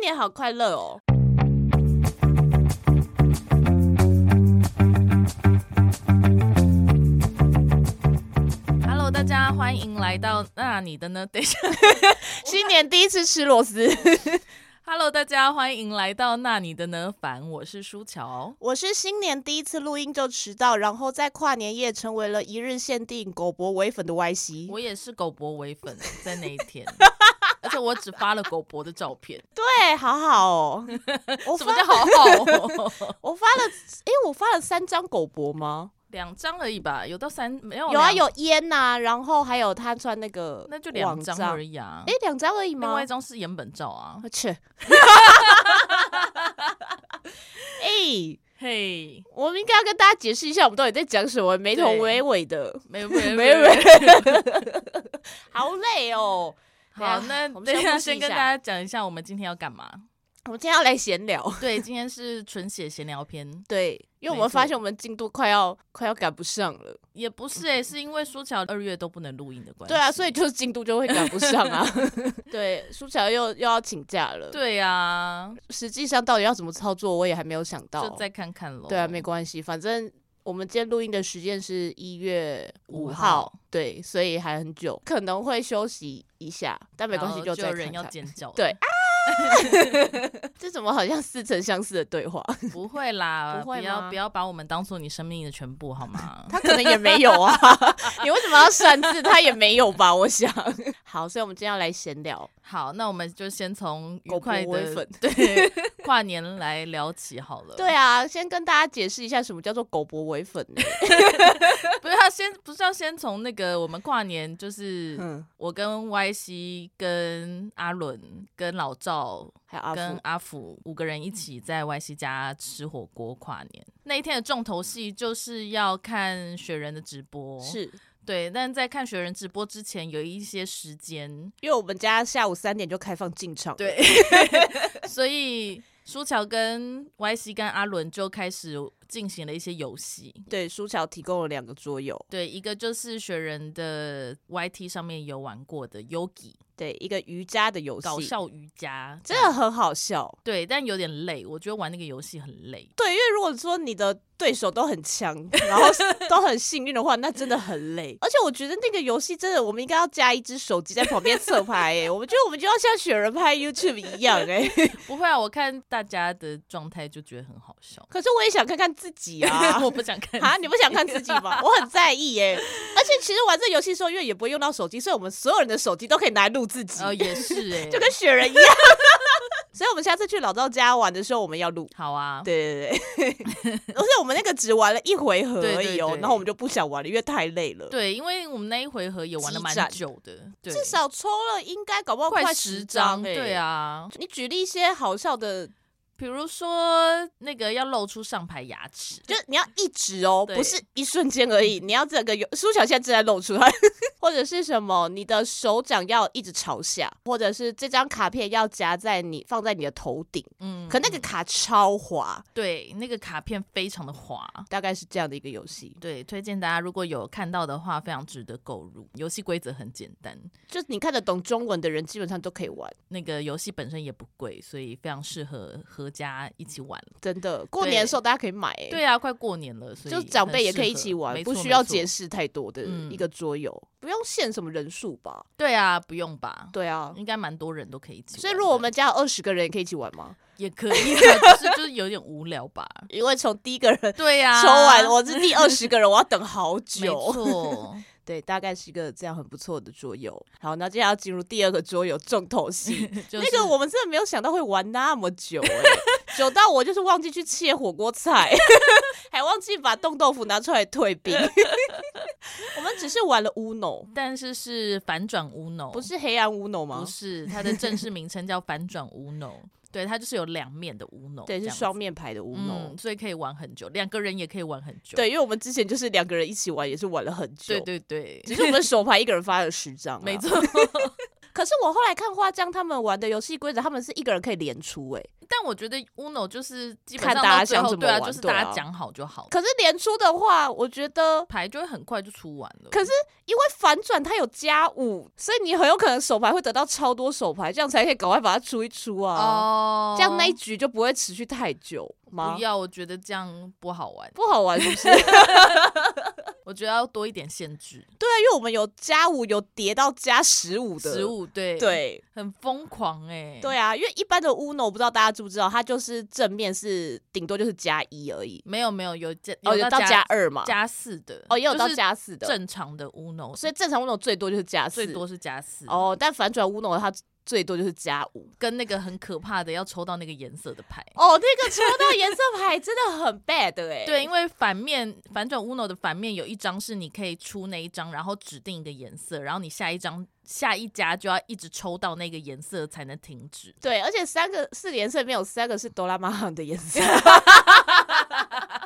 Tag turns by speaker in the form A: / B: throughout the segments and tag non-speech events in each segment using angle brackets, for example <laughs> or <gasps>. A: 年好快乐哦！
B: Hello，大家欢迎来到那你的呢？ <laughs> 等一下
A: <laughs> 新年第一次吃螺丝， <laughs>
B: ，Hello，大家欢迎来到那你的呢？凡，我是舒乔。
A: 我是新年第一次录音就迟到，然后在跨年夜成为了一日限定狗博唯粉的 Y C。
B: 我也是狗博唯
A: <laughs>
B: 粉，在那一天，而且我只发了狗博的照
A: <laughs>
B: 片，
A: 对，好好 <laughs> 哦。我
B: 什
A: 发
B: 么叫好
A: <laughs>
B: 好、哦？
A: 我发了，诶，我发了三张狗博吗？
B: 两张而已吧，有到三没有？
A: 有啊，
B: 两，
A: 有烟呐、然后还有他穿那个
B: 那就两张而
A: 已。
B: 已啊。
A: 诶，两张而已吗？
B: 另外一张是岩本照啊。
A: 我 <laughs> 去。哎，
B: 嘿、
A: 我们应该要跟大家解释一下，我们到底在讲什么，没头
B: 对
A: 没尾的，
B: 没有没有
A: 没
B: 有有
A: 尾。 <laughs> 好累哦。
B: 好，
A: 等一
B: 那
A: 下我们
B: 等一下
A: 休息
B: 先
A: 一
B: 跟
A: 下
B: 大家讲一下我们今天要干嘛。
A: 我们今天要来闲聊，
B: 对，今天是纯血闲聊篇。
A: 对，因为我
B: 没
A: 们发
B: 错
A: 现我们进度快要快要赶不上了，
B: 也不是诶、是因为舒乔二月都不能录音的关系。
A: 对啊，所以就是进度就会赶不上
B: <laughs>
A: 啊。 <laughs> 对，舒乔又又要请假了，，
B: 对啊，
A: 实际上到底要怎么操作，我也还没有想到
B: 就。哦再看看喽。
A: 对啊，没关系，反正我们今天录音的时间是一月五
B: 5
A: 号
B: 号，
A: 对，所以还很久，可能会休息一下，但没关系，
B: 然后就
A: 再
B: 有
A: 看
B: 人要
A: 看。
B: 尖叫。
A: 对，啊，这怎么好像似曾相识的对话？
B: 不会啦，
A: 不会吗
B: 要不要把我们当做你生命的全部好吗？
A: 他可能也没有啊， <laughs> 你为什么要擅自？他也没有吧？我想。好，所以我们今天要来闲聊。
B: 好，那我们就先从
A: 狗
B: 愉快
A: 不为 <laughs>
B: 的
A: 粉
B: 对跨年来聊起好了。
A: 对，啊，先跟大家解释一下什么叫做狗博为粉呢、
B: 不是要先不是要先从那个我们跨年就是
A: 嗯，
B: 我跟 Y C 跟阿伦跟老赵
A: 还有阿
B: 跟
A: 福，
B: 阿福五个人一起在 Y C 家吃火锅跨年。那一天的重头戏就是要看雪人的直播，
A: 是
B: 对。但在看雪人直播之前，有一些时间，
A: 因为我们家下午三点就开放进场，，
B: 对，所以舒乔跟 Y C 跟阿伦就开始进行了一些游戏。
A: 对，舒乔提供了两个桌游，
B: 对，一个就是雪人的 YT 上面有玩过的 Yogi
A: 对，一个瑜伽的游
B: 搞
A: 戏，
B: 笑瑜伽，
A: 真的哦很好笑。
B: 对，但有点累，我觉得玩那个游戏很累。
A: 对，因为如果说你的对手都很强，然后都很幸运的话，那真的很累。而且我觉得那个游戏真的，我们应该要加一只手机在旁边侧拍、欸。 <laughs> 我们觉得我们就要像雪人拍 YouTube 一样、欸， <laughs>
B: 不会啊，我看大家的状态就觉得很好
A: <laughs>
B: 笑。。
A: 可是我也想看看自己啊
B: <laughs> 我不想看
A: 啊！你不想看自己吗？我很在意耶、而且其实玩这游戏的时候，因为也不会用到手机，所以我们所有人的手机都可以拿来录自己，
B: <laughs> 呃，
A: <laughs>
B: 也是哎、
A: 就跟雪人一样。 <laughs> 所以我们下次去老赵家玩的时候，我们要录。
B: 好啊，
A: 对对对， <laughs> 而且我们那个只玩了一回合而已哦，
B: 对对对
A: 然后我们就不想玩了，因为太累了。
B: 对，因为我们那一回合也玩了
A: 激
B: 蛮
A: 战
B: 久的，对，
A: 至少抽了应该搞不好
B: 哦快
A: 十
B: 十张，
A: 欸
B: 对，啊，
A: 你举例一些好笑
B: <laughs>
A: 的，
B: 比如说那个要露出上排牙齿，
A: 就是你要一直哦，
B: 对
A: 不是一瞬间而
B: <laughs>
A: 已，你要整个有苏小现在正在露出来， <laughs> 或者是什么，你的手掌要一直朝下，或者是这张卡片要夹在你放在你的头顶，
B: 嗯，
A: 可那个卡超滑，
B: 对那个卡片非常的滑。
A: 大概是这样的一个游戏，
B: 对，推荐大家如果有看到的话，非常值得购入。游戏规则很简单，
A: 就是你看得懂中文的人基本上都可以玩。
B: 那个游戏本身也不贵，所以非常适合合家一起玩。
A: 真的，过年的时候大家可以买、欸，
B: 对啊，快过年了，所以
A: 就长辈也可以一
B: 很适合
A: 起玩，
B: 没
A: 不
B: 错
A: 需要
B: 没错
A: 解释太多的
B: 嗯
A: 一个桌游，不用限什么人数吧？
B: 对啊，不用吧？
A: 对啊，
B: 应该蛮多人都可以一起玩的。
A: 所以如果我们家有二十个人，也可以一起玩吗？
B: 也可以啊，就是就是有点无聊吧？
A: 因为从第一个人
B: 对呀、
A: <laughs> 抽完，我是第二十个人，我要等好
B: <laughs> 没
A: 久。 <laughs>
B: 错，
A: 对，大概是一个这样很不错的桌游。好，那接下来要进入第二个桌游重头戏，
B: <laughs> 就是、
A: 那个我们真的没有想到会玩那么久、欸，久到我就是忘记去切火锅菜， <laughs> 还忘记把冻豆腐拿出来退冰。 <laughs> 我们只是玩了 Uno，
B: 但是是反转 Uno，
A: 不是黑暗 Uno 吗？
B: 不是，它的正式名称叫反转
A: <laughs>
B: Uno，对，它就是有两面的 Uno，
A: 对，
B: 这
A: 是
B: 样子
A: 双面牌的 Uno。
B: 嗯，所以可以玩很久，两个人也可以玩很久，
A: 对，因为我们之前就是两个人一起玩，也是玩了很久。
B: 对对对，
A: 只是我们手牌一个人发了十张、啊
B: 没。错，
A: <laughs> 可是我后来看花江他们玩的游戏规则，他们是一个人可以连出、欸，哎，
B: 但我觉得 Uno 就是基本
A: 看
B: 上
A: 大
B: 到
A: 家
B: 最
A: 想
B: 后
A: 怎么
B: 对啊，
A: 玩
B: 就是
A: 对
B: 大家
A: 啊
B: 讲好就好，
A: 可是连出的话，我觉得
B: 牌就会很快就出完了。
A: 可是因为反转它有加五，所以你很有可能手牌会得到超多手牌，这样才可以赶快把它出一出啊。
B: 哦，
A: 这样那一局就不会持续太久吗
B: 不？要，我觉得这样不好玩，
A: 不好玩是 <laughs> 不是？对
B: 我觉得要多一点限制，
A: 啊，因为我们有加五，有叠到加十五的。
B: 十。五对，
A: 对
B: 很疯狂哎、
A: 对啊，因为一般的 Uno 我不知道大家知不知道，它就是正面是顶多就是加一而已，
B: 没有没有有加
A: 哦，有到加
B: 加
A: 二嘛，
B: 加四的
A: 哦也有到
B: 就是
A: 加四的，
B: 正常的 Uno，
A: 所以正常 Uno 最多就是加四，
B: 最多是加四哦，
A: 哦，但反转 Uno 它最多就是加五。
B: 跟那个很可怕的要抽到那个颜色的牌。
A: 哦，那个抽到颜色牌真的很 bad 哎、
B: <laughs> 对，因为反面反转 Uno 的反面有一张是你可以出那一张，然后指定一个颜色，然后你下一张下一家就要一直抽到那个颜色才能停止。
A: 对，而且三个四个颜色里面有三个是哆啦 A 梦的颜
B: <laughs>
A: 色，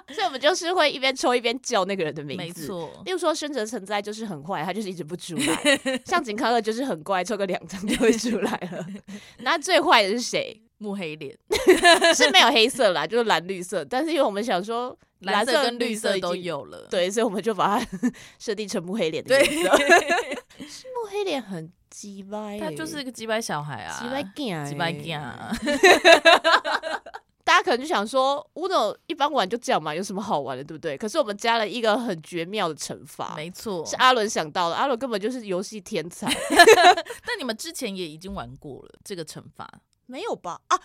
A: 所以我们就是会一边抽一边叫那个人的名字。
B: 没。错，
A: 例如说，深泽成哉就是很坏，他就是一直不出来；像井康二就是很乖，抽个两张就会出来了。那最坏的是谁？
B: 木黑脸，
A: 是没有黑色啦，就是蓝绿色。但是因为我们想说
B: 蓝
A: 色
B: 跟绿
A: 色已
B: 都
A: 经，
B: 有了。
A: 对，所以我们就把它 <laughs> 设定成木黑脸的
B: 对
A: 颜
B: <laughs>
A: 色。木黑脸很鸡掰欸、
B: 他就是个鸡掰小孩啊，
A: 几百件，
B: 鸡掰囝啊。
A: 欸大家可能就想说，Uno 一般玩就这样嘛，有什么好玩的，对不对？可是我们加了一个很绝妙的惩罚，
B: <laughs> 没错
A: 是。啊阿伦想到的。阿伦根本就是游戏天
B: <laughs>
A: 才，
B: 但你们之前也已经玩过了这个惩罚。
A: 没有吧？啊，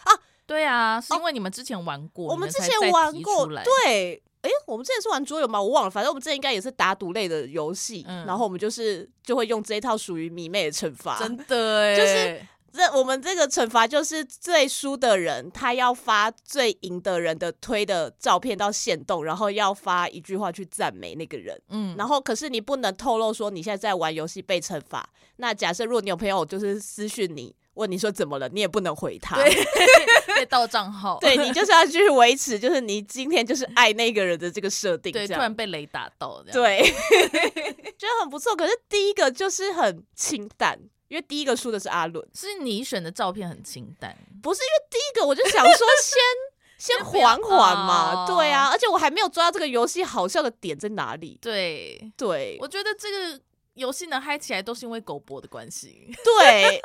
B: 对啊，是因为你们之前玩过，
A: 哦我
B: 你们
A: 们之
B: 才再
A: 前
B: 提
A: 玩
B: 出
A: 过，
B: 来，
A: 对。诶，我们之前是玩桌游吗？我忘了，反正我们之前应该也是打赌类的游戏，
B: 嗯
A: 然后我们就是就会用这一套属于迷妹的惩罚。
B: 真的哎、
A: 啊就是这我们这个惩罚就是最输的人，他要发最赢的人的推的照片到线动，然后要发一句话去赞美那个人。
B: 嗯，
A: 然后可是你不能透露说你现在在玩游戏被惩罚。那假设如果你有朋友就是私讯你问你说怎么了，你也不能回他。
B: 对被盗账 <laughs> 号，
A: <laughs> 对你就是要去维持，就是你今天就是爱那个人的这个设定，
B: 对，
A: 这
B: 突
A: 样
B: 然被雷打到，这样，
A: 对， <laughs> 觉得很不错。可是第一个就是很清淡，因为第一个输的是阿伦。
B: 是你选的照片很清淡，
A: 不是因为第一个，我就想说
B: <laughs>
A: 先先
B: 先不要
A: 缓缓嘛，
B: 哦
A: 对啊，而且我还没有抓到这个游戏好笑的点在哪里。
B: 对，
A: 对
B: 我觉得这个游戏能嗨起来都是因为狗博的关系， <laughs>
A: 对，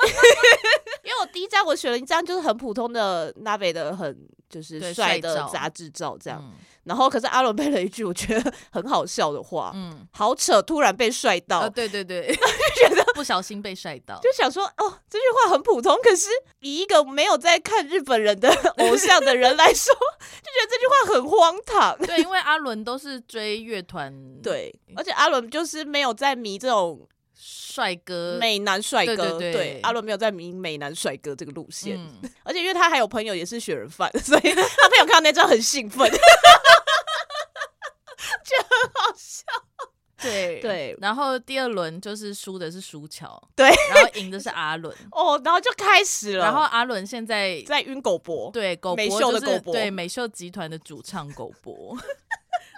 A: 因为我第一张我选了一张就是很普通的那北的很就是
B: 对
A: 帅
B: 帅
A: 的
B: 照
A: 杂志照这样，
B: 嗯
A: 然后可是阿伦配了一句我觉得很好笑的话，
B: 嗯，
A: 好扯，突然被帅到
B: 呃，，对
A: <laughs>
B: 对对，不小心被晒到，
A: 就想说哦这句话很普通，可是以一个没有在看日本人的 <laughs> 偶像的人来说，就觉得这句话很荒
B: <laughs>
A: 唐。
B: 对，因为阿伦都是追乐团，，
A: 对，而且阿伦就是没有在迷这种
B: 帅哥，
A: 美男帅哥，
B: 呃对对对
A: 阿伦没有在迷美男帅哥这个路线，
B: 嗯，
A: 而且因为他还有朋友也是雪人饭， <laughs> 所以他朋友看到那张很兴奋，
B: <laughs> 对
A: 对
B: 然后第二轮就是输的是舒乔，
A: <laughs> 对，
B: 然后赢的是
A: <laughs>
B: 阿伦，
A: 哦，然后就开始了，
B: 然后阿伦现在
A: 在晕狗博，
B: 对狗
A: 美
B: 博
A: 秀的
B: 就是
A: 狗博
B: 对美秀集团的主唱狗
A: <laughs>
B: 博，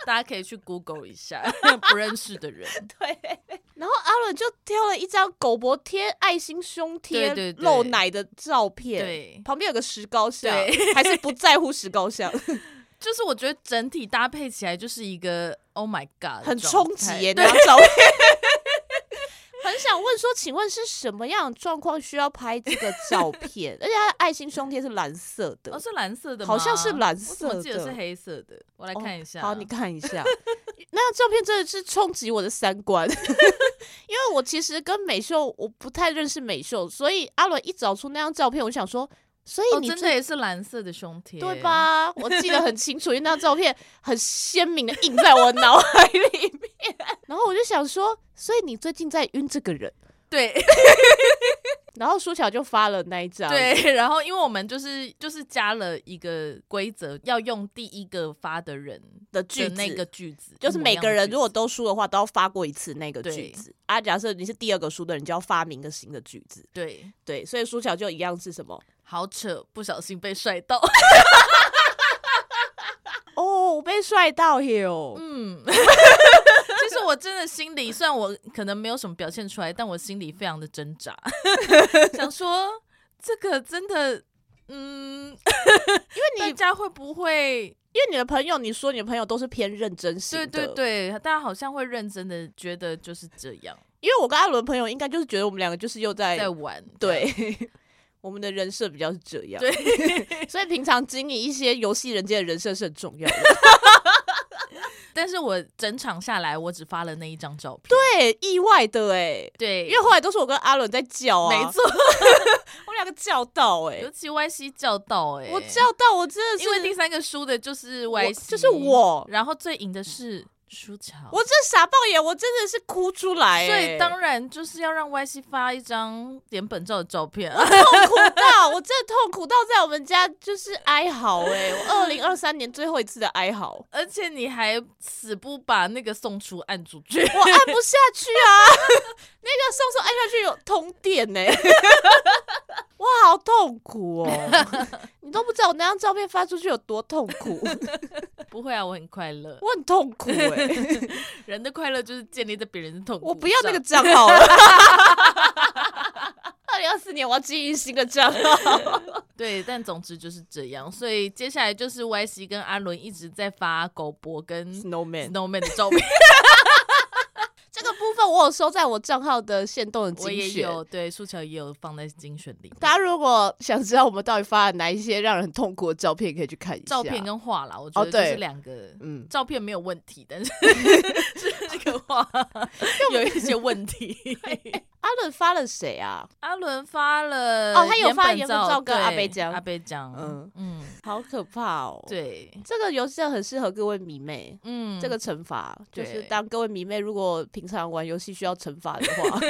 B: 大家可以去 Google 一下，不认识
A: <laughs>
B: 的人，
A: 对， <laughs> 然后阿伦就挑了一张狗博贴爱心胸贴、
B: 对对对
A: 露奶的照片，
B: 对
A: 旁边有个石膏像，
B: 对
A: 还是不在乎石膏 <laughs> 像，
B: 就是我觉得整体搭配起来就是一个 Oh my God，
A: 很
B: 的
A: 冲
B: 状
A: 击
B: 态
A: 耶，
B: 对
A: 那，张照片。 <laughs> 很想问说，请问是什么样的状况需要拍这个照片？而且它的爱心胸贴是蓝色 <laughs> 的，
B: 哦是蓝色的吗，
A: 好像是蓝色
B: 我怎么记得
A: 的
B: 是黑色的？我来
A: 哦
B: 看一下，
A: 好，你看一下， <laughs> 那张照片真的是冲击我的三观， <laughs> 因为我其实跟美秀我不太认识美秀，所以阿伦一找出那张照片，我想说，所以
B: 哦
A: 你
B: 真的也是蓝色的胸贴，
A: 对？吧？我记得很清楚，因为那张照片很鲜明的印在我脑海里面。然后我就想说，所以你最近在晕这个人。
B: 对
A: 然后舒乔就发了那一张，，
B: 对，然后因为我们就是就是加了一个规则，要用第一个发的人
A: 的
B: 的
A: 句子，
B: 那个句子，
A: 就是
B: 一模一
A: 每
B: 样
A: 个
B: 的
A: 人
B: 句
A: 如果
B: 子
A: 都输的话，都要发过一次那个句
B: 对
A: 子啊。假设你是第二个输的人，你就要发明一个新的句子。
B: 对。
A: 对，所以苏乔就一样是什么？
B: 好扯，不小心被帅
A: <laughs>
B: 到。
A: 哦，我被帅到哟！
B: 嗯， <laughs> 其实我真的心里，虽然我可能没有什么表现 <laughs> 出来，但我心里非常的挣扎，想说这个真的嗯，
A: 因为
B: 大
A: 你
B: 家会不会？
A: 因为你的朋友，你说你的朋友都是偏认真型
B: 对
A: 的，
B: 对对，大家好像会认真的觉得就是这样
A: 因为我跟阿伦的朋友应该就是觉得我们两个就是又在
B: 在玩。
A: 哎对，
B: <laughs>
A: 我们的人设比较是这样，
B: 对，
A: <laughs> 所以平常经营一些游戏人间的人设是很重要的。
B: <laughs> 但是我整场下来，我只发了那一张照片。
A: 对，意外的哎、
B: 对，
A: 因为后来都是我跟阿伦在叫啊，
B: 没，错， <laughs>
A: 我们两个叫到哎、
B: 尤其 Y C 叫到哎、
A: 我叫到我真的是，
B: 因为第三个输的就是
A: 我
B: Y C，
A: 就是，我，
B: 然后最赢的是舒乔。
A: 我这傻爆眼，我真的是哭出来、欸，
B: 所以当然就是要让 Y C 发一张脸本照的照片 <laughs> 啊。
A: 痛苦到，我真的痛苦到在我们家就是哀嚎哎、我二零二三年最后一次的哀嚎，
B: 而且你还死不把那个宋楚按出去，
A: 我按不下去啊， <laughs> 那个送送按下去有通电呢、 <laughs> 哇，好痛苦哦！你都不知道我那张照片发出去有多痛苦，
B: <laughs> 不会啊，我很快乐。
A: 我很痛苦哎、
B: 人的快乐就是建立在别人的痛苦上。
A: 我不要那个账号了。 <laughs> 二零二四年我要经营新的账号，
B: 对，但总之就是这样。所以接下来就是 Y C 跟阿伦一直在发狗博跟
A: Snowman
B: Snowman 的照片，
A: 这个部分我有收在我账号的限动的
B: 我
A: 精
B: 也
A: 选。
B: 有，对，素乔也有放在精选里面。
A: 大家如果想知道我们到底发了哪一些让人很痛苦的照片，可以去看一下。
B: 照片跟画啦，我觉
A: 哦
B: 得就是
A: 对
B: 两个。
A: 嗯，
B: 照片没有问题， <laughs> 但是是这个 <laughs> 画有一些问题。
A: 阿伦发了谁啊？
B: <laughs> 阿伦发了
A: 哦他有发
B: 原
A: 原
B: 本
A: 本
B: 照
A: 照跟阿
B: 对
A: 贝江
B: 阿贝江，嗯
A: 嗯
B: 嗯，
A: 好可怕哦！，
B: 对，
A: 这个游戏真的很适合各位迷妹。
B: 嗯，
A: 这个惩罚就
B: 对
A: 是，当各位迷妹如果平常玩游戏需要惩罚的
B: <laughs>
A: 话，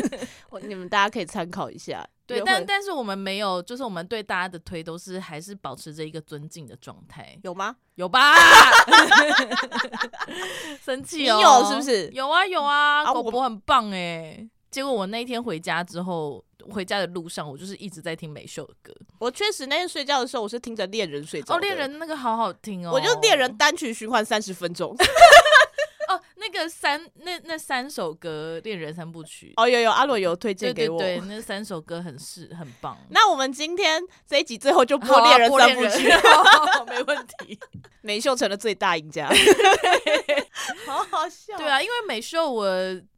A: 我你们大家可以参考一下。
B: 对，
A: 约会
B: 但但是我们没有，就是我们对大家的推都是还是保持着一个尊敬的状态，
A: 有吗？<laughs>
B: 有吧？生气哦，
A: 你有是不是
B: 有啊有啊，
A: 啊
B: 狗
A: 我
B: 博很棒哎。结果我那一天回家之后，回家的路上我就是一直在听美秀的歌。
A: 我确实那天睡觉的时候，我是听着恋人睡着。
B: 哦，恋，人那个好好听哦，
A: 我就恋人单曲循环三十分钟。 <laughs>
B: 哦，那个三那那三首歌《恋人三部曲》
A: 哦，有有，阿伦有推荐
B: 对对
A: 给我。
B: 对，那三首歌很是很棒。
A: 那我们今天这一集最后就
B: 好
A: 播
B: 啊
A: 恋人
B: 播
A: 三部曲， <laughs>
B: <laughs> 好没问题。
A: 美秀成了最大赢
B: <laughs>
A: 家， <laughs> 好好笑哦
B: 对，啊，因为美秀我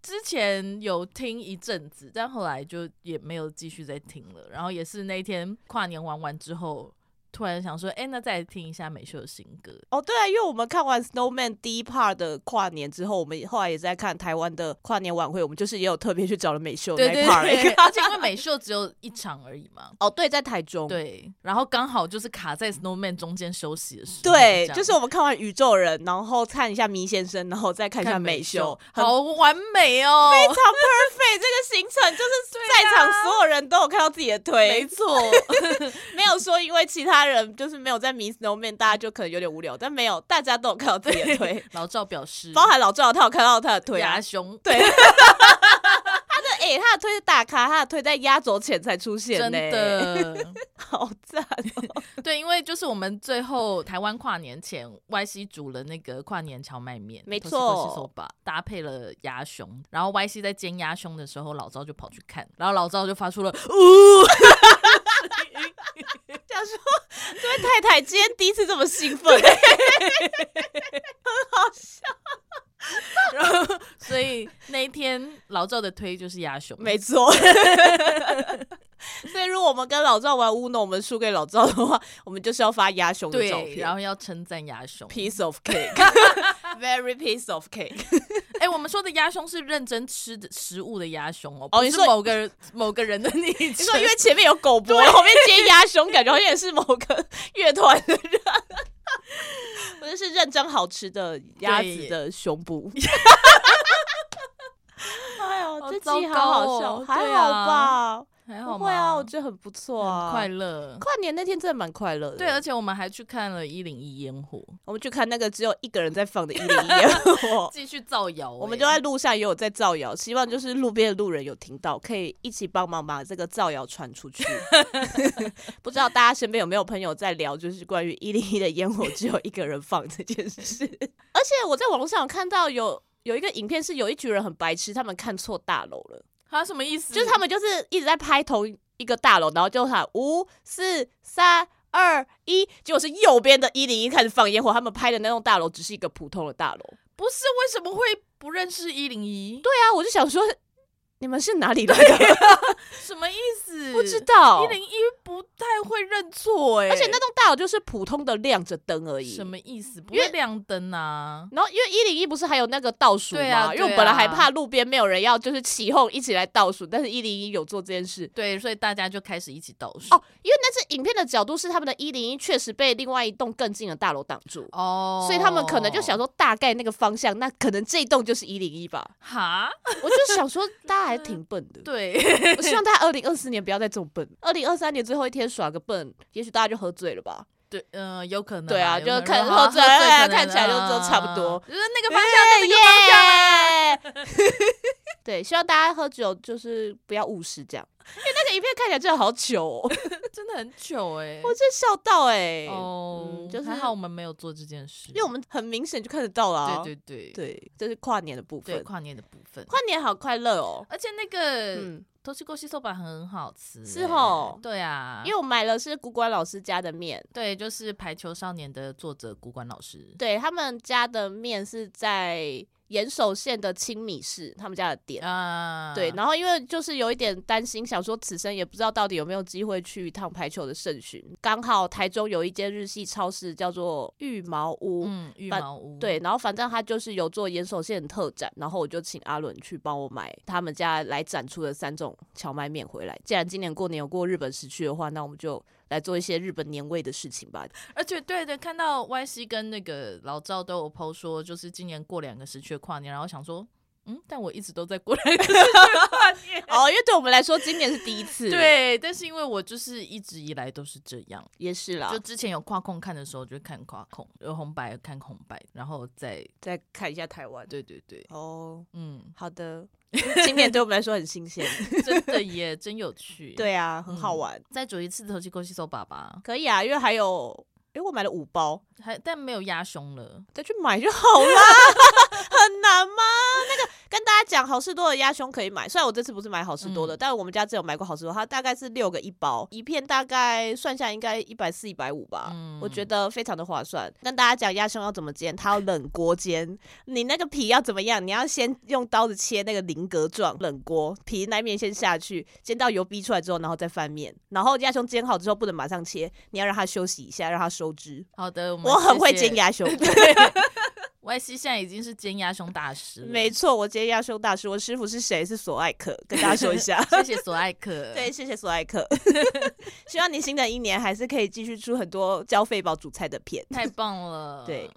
B: 之前有听一阵子，但后来就也没有继续再听了。然后也是那一天跨年玩完之后，突然想说，哎、那再来听一下美秀的新歌。
A: 哦对啊，因为我们看完 Snowman 第一 part 的跨年之后，我们后来也在看台湾的跨年晚会，我们就是也有特别去找了美秀那
B: 对
A: 一
B: 对
A: part
B: 对，
A: <laughs>
B: 而且因为美秀只有一场而已嘛。
A: 哦对，在台中，
B: 对，然后刚好就是卡在 Snowman 中间休息的时候，
A: 对
B: 这，样
A: 就是我们看完宇宙人，然后看一下迷先生，然后再看一下
B: 看
A: 美秀，很
B: 好完美哦，
A: 非常 perfect 这个行程， <laughs> 就是在场所有人都有看到自己的
B: 没
A: 推，
B: 错，
A: 没有说因为其他人就是没有在迷 Snowman，大家就可能有点无聊，但没有，大家都有看到自己的推，
B: 老赵表示，
A: 包含老赵他有看到他的推啊
B: 牙，熊，
A: 对。他的哎、他的推是打卡，他的推在压轴前才出现
B: 真
A: 呢、
B: <laughs> 的，
A: 好赞
B: <laughs>
A: 哦、
B: 对，因为就是我们最后台湾跨年前，Y C 煮了那个跨年荞麦面，
A: 没错
B: 吧，搭配了鸭胸，然后 Y C 在煎鸭胸的时候，老赵就跑去看，然后老赵就发出了呜，
A: 想说，这位太太今天第一次这么兴奋、
B: 然后所以那一天老赵的推就是鸭胸，
A: 没
B: <laughs>
A: 错。所以，如果我们跟老赵玩乌龙，我们输给老赵的话，我们就是要发压胸的照
B: 对，然
A: 片。
B: 后要称赞鸭胸。
A: Piece of
B: <laughs>
A: cake，very piece of cake。
B: 哎、我们说的鸭胸是认真吃的食物的鸭胸哦，
A: 哦
B: 不
A: 你
B: 是
A: 说
B: 某个某个人的昵称。
A: 你说，因为前面有狗博，后面接压胸，感觉好像也是某个乐团的人。我就是认真好吃的鸭子的胸
B: <laughs>
A: 部。哎呦，
B: 好
A: 这
B: 糟
A: 集好
B: 糕
A: 好
B: 哦
A: 笑，
B: 对
A: 还
B: 啊
A: 好吧？
B: 还好
A: 不
B: 吗
A: 会啊，我觉得很不错啊。
B: 很快乐。
A: 跨年那天真的蛮快乐的。
B: 对，而且我们还去看了一零一烟火，》，
A: 我们去看那个只有一个人在放的《一零一啊烟火
B: <laughs> 继续造谣、哎
A: 我们就在路上也有在造谣，希望就是路边的路人有听到，可以一起帮忙把这个造谣传 <laughs> 出去。不知道大家身边有没有朋友在聊，就是关于一零一的烟火只有一个人放这件事。 <laughs> 而且我在网络上有看到有有一个影片，是有一群人很白痴，他们看错大楼了，
B: 他什么
A: 嗯
B: 意思？
A: 就是他们就是一直在拍同一个大楼，然后就喊五四三。二一，结果是右边的一零一开始放烟火，他们拍的那栋大楼只是一个普通的大楼。
B: 不是为什么会不认识一零一？对
A: 对，啊，我就想说，你们是哪里来的？
B: 什么意思？
A: <laughs> 不知道
B: 一。零一不太会认错哎、
A: 而且那栋大楼就是普通的亮着灯而已
B: 什。么意思？不
A: 因为
B: 会亮灯啊？
A: 然后，因为一零一不是还有那个倒数吗？
B: 对啊
A: 因为我
B: 对啊
A: 本来还怕路边没有人要，就是起哄一起来倒数，但是一零一有做这件事。
B: 对，所以大家就开始一起倒数
A: 哦，因为那支影片的角度是他们的一零一确实被另外一栋更近的大楼挡住，
B: 哦
A: 所以他们可能就想说大概那个方向，那可能这一栋就是一零一
B: <laughs>
A: 吧。
B: 哈，
A: 我就想说大家还挺笨的， <laughs>
B: 对，
A: 我希望大家二零二四年不要再这么笨，二零二三年最后一天耍个笨，也许大家就喝醉了吧。
B: 对，呃，有可能啊，
A: 对啊
B: 有可能
A: 就看
B: 好好
A: 喝醉
B: 可能
A: 哎看起来就都差不多
B: 啊就是那个
A: 方
B: 方
A: 向
B: 向，
A: 就
B: 那个方向啊。
A: 个方向。 <laughs> 对，希望大家喝酒就是不要误事这样，因为那个影片看起来真的好糗、哦，
B: 真的很糗
A: <laughs>
B: 哎、
A: 我真笑到哎、
B: 哦、
A: 嗯就是
B: 还好我们没有做这件事，
A: 因为我们很明显就看得到了、啊。
B: 对对对
A: 对，这是跨年的部分
B: 对。跨年的部分，
A: 跨年好快乐哦！
B: 而且那个
A: 嗯，
B: 头西过西寿版很好吃、
A: 是
B: 欸
A: 吼
B: 对啊，
A: 因为我买了是古管老师家的面，
B: 对，就是《排球少年》的作者古管老师，
A: 对他们家的面是在岩手县的青米市他们家的店。
B: 啊，
A: 对，然后因为就是有一点担心，想说此生也不知道到底有没有机会去一趟排球的盛巡。刚好台中有一间日系超市叫做玉毛屋，
B: 嗯，羽
A: 反
B: 毛屋，
A: 对，然后反正他就是有做岩手县的特展，然后我就请阿伦去帮我买他们家来展出的三种荞麦面回来。既然今年过年有过日本时区的话，那我们就来做一些日本年味的事情吧。。
B: 而且对对，看到 Y C 跟那个老赵都有 PO 说，就是今年过两个时区的跨年，然后想说，嗯，但我一直都在过两个时区的跨年 <laughs>
A: 哦，因为对我们来说今年是第一 <laughs> 次，，
B: 对，但是因为我就是一直以来都是这样，
A: 也是啦
B: 就，之前有跨控看的时候就看跨控，有红白看红白，然后再
A: 再看一下台湾。
B: 对对对，
A: 哦，
B: <laughs> 嗯，
A: 好的， <laughs> 今年对我们来说很新鲜。
B: 真的耶，真有趣。，
A: 对啊，很好
B: 嗯
A: 玩，
B: 再煮一次头七勾七手粑粑，
A: 可以啊，因为还有，因为我买了五包，
B: 还但没有压胸了。
A: 再去买就好啦， <laughs> 很难吗？那个跟大家讲，好事多的鸭胸可以买，虽然我这次不是买好事多
B: 嗯
A: 的，但我们家只有买过好事多，它大概是六个一包，一片大概算下来应该一百四、一百五吧。
B: 嗯
A: 我觉得非常的划算。跟大家讲，鸭胸要怎么煎，它要冷锅煎。你那个皮要怎么样？你要先用刀子切那个菱格状，冷锅皮那面先下去，煎到油逼出来之后，然后再翻面。然后鸭胸煎好之后，不能马上切，你要让它休息一下，让它收汁。
B: 好的，我们
A: 我很会
B: 嗯谢谢
A: 煎。鸭
B: <laughs>
A: 胸。 <laughs>
B: Y C 现在已经是煎鸭胸大师了，。
A: <laughs> 没错，我今天要修大师，我师傅是谁？是索爱克，跟大家说一下 <laughs>
B: 谢谢索爱克。
A: 对，，谢谢索爱克。 <laughs> 希望你新的一年还是可以继续出很多交费宝主菜的片。
B: 太棒了。
A: 对，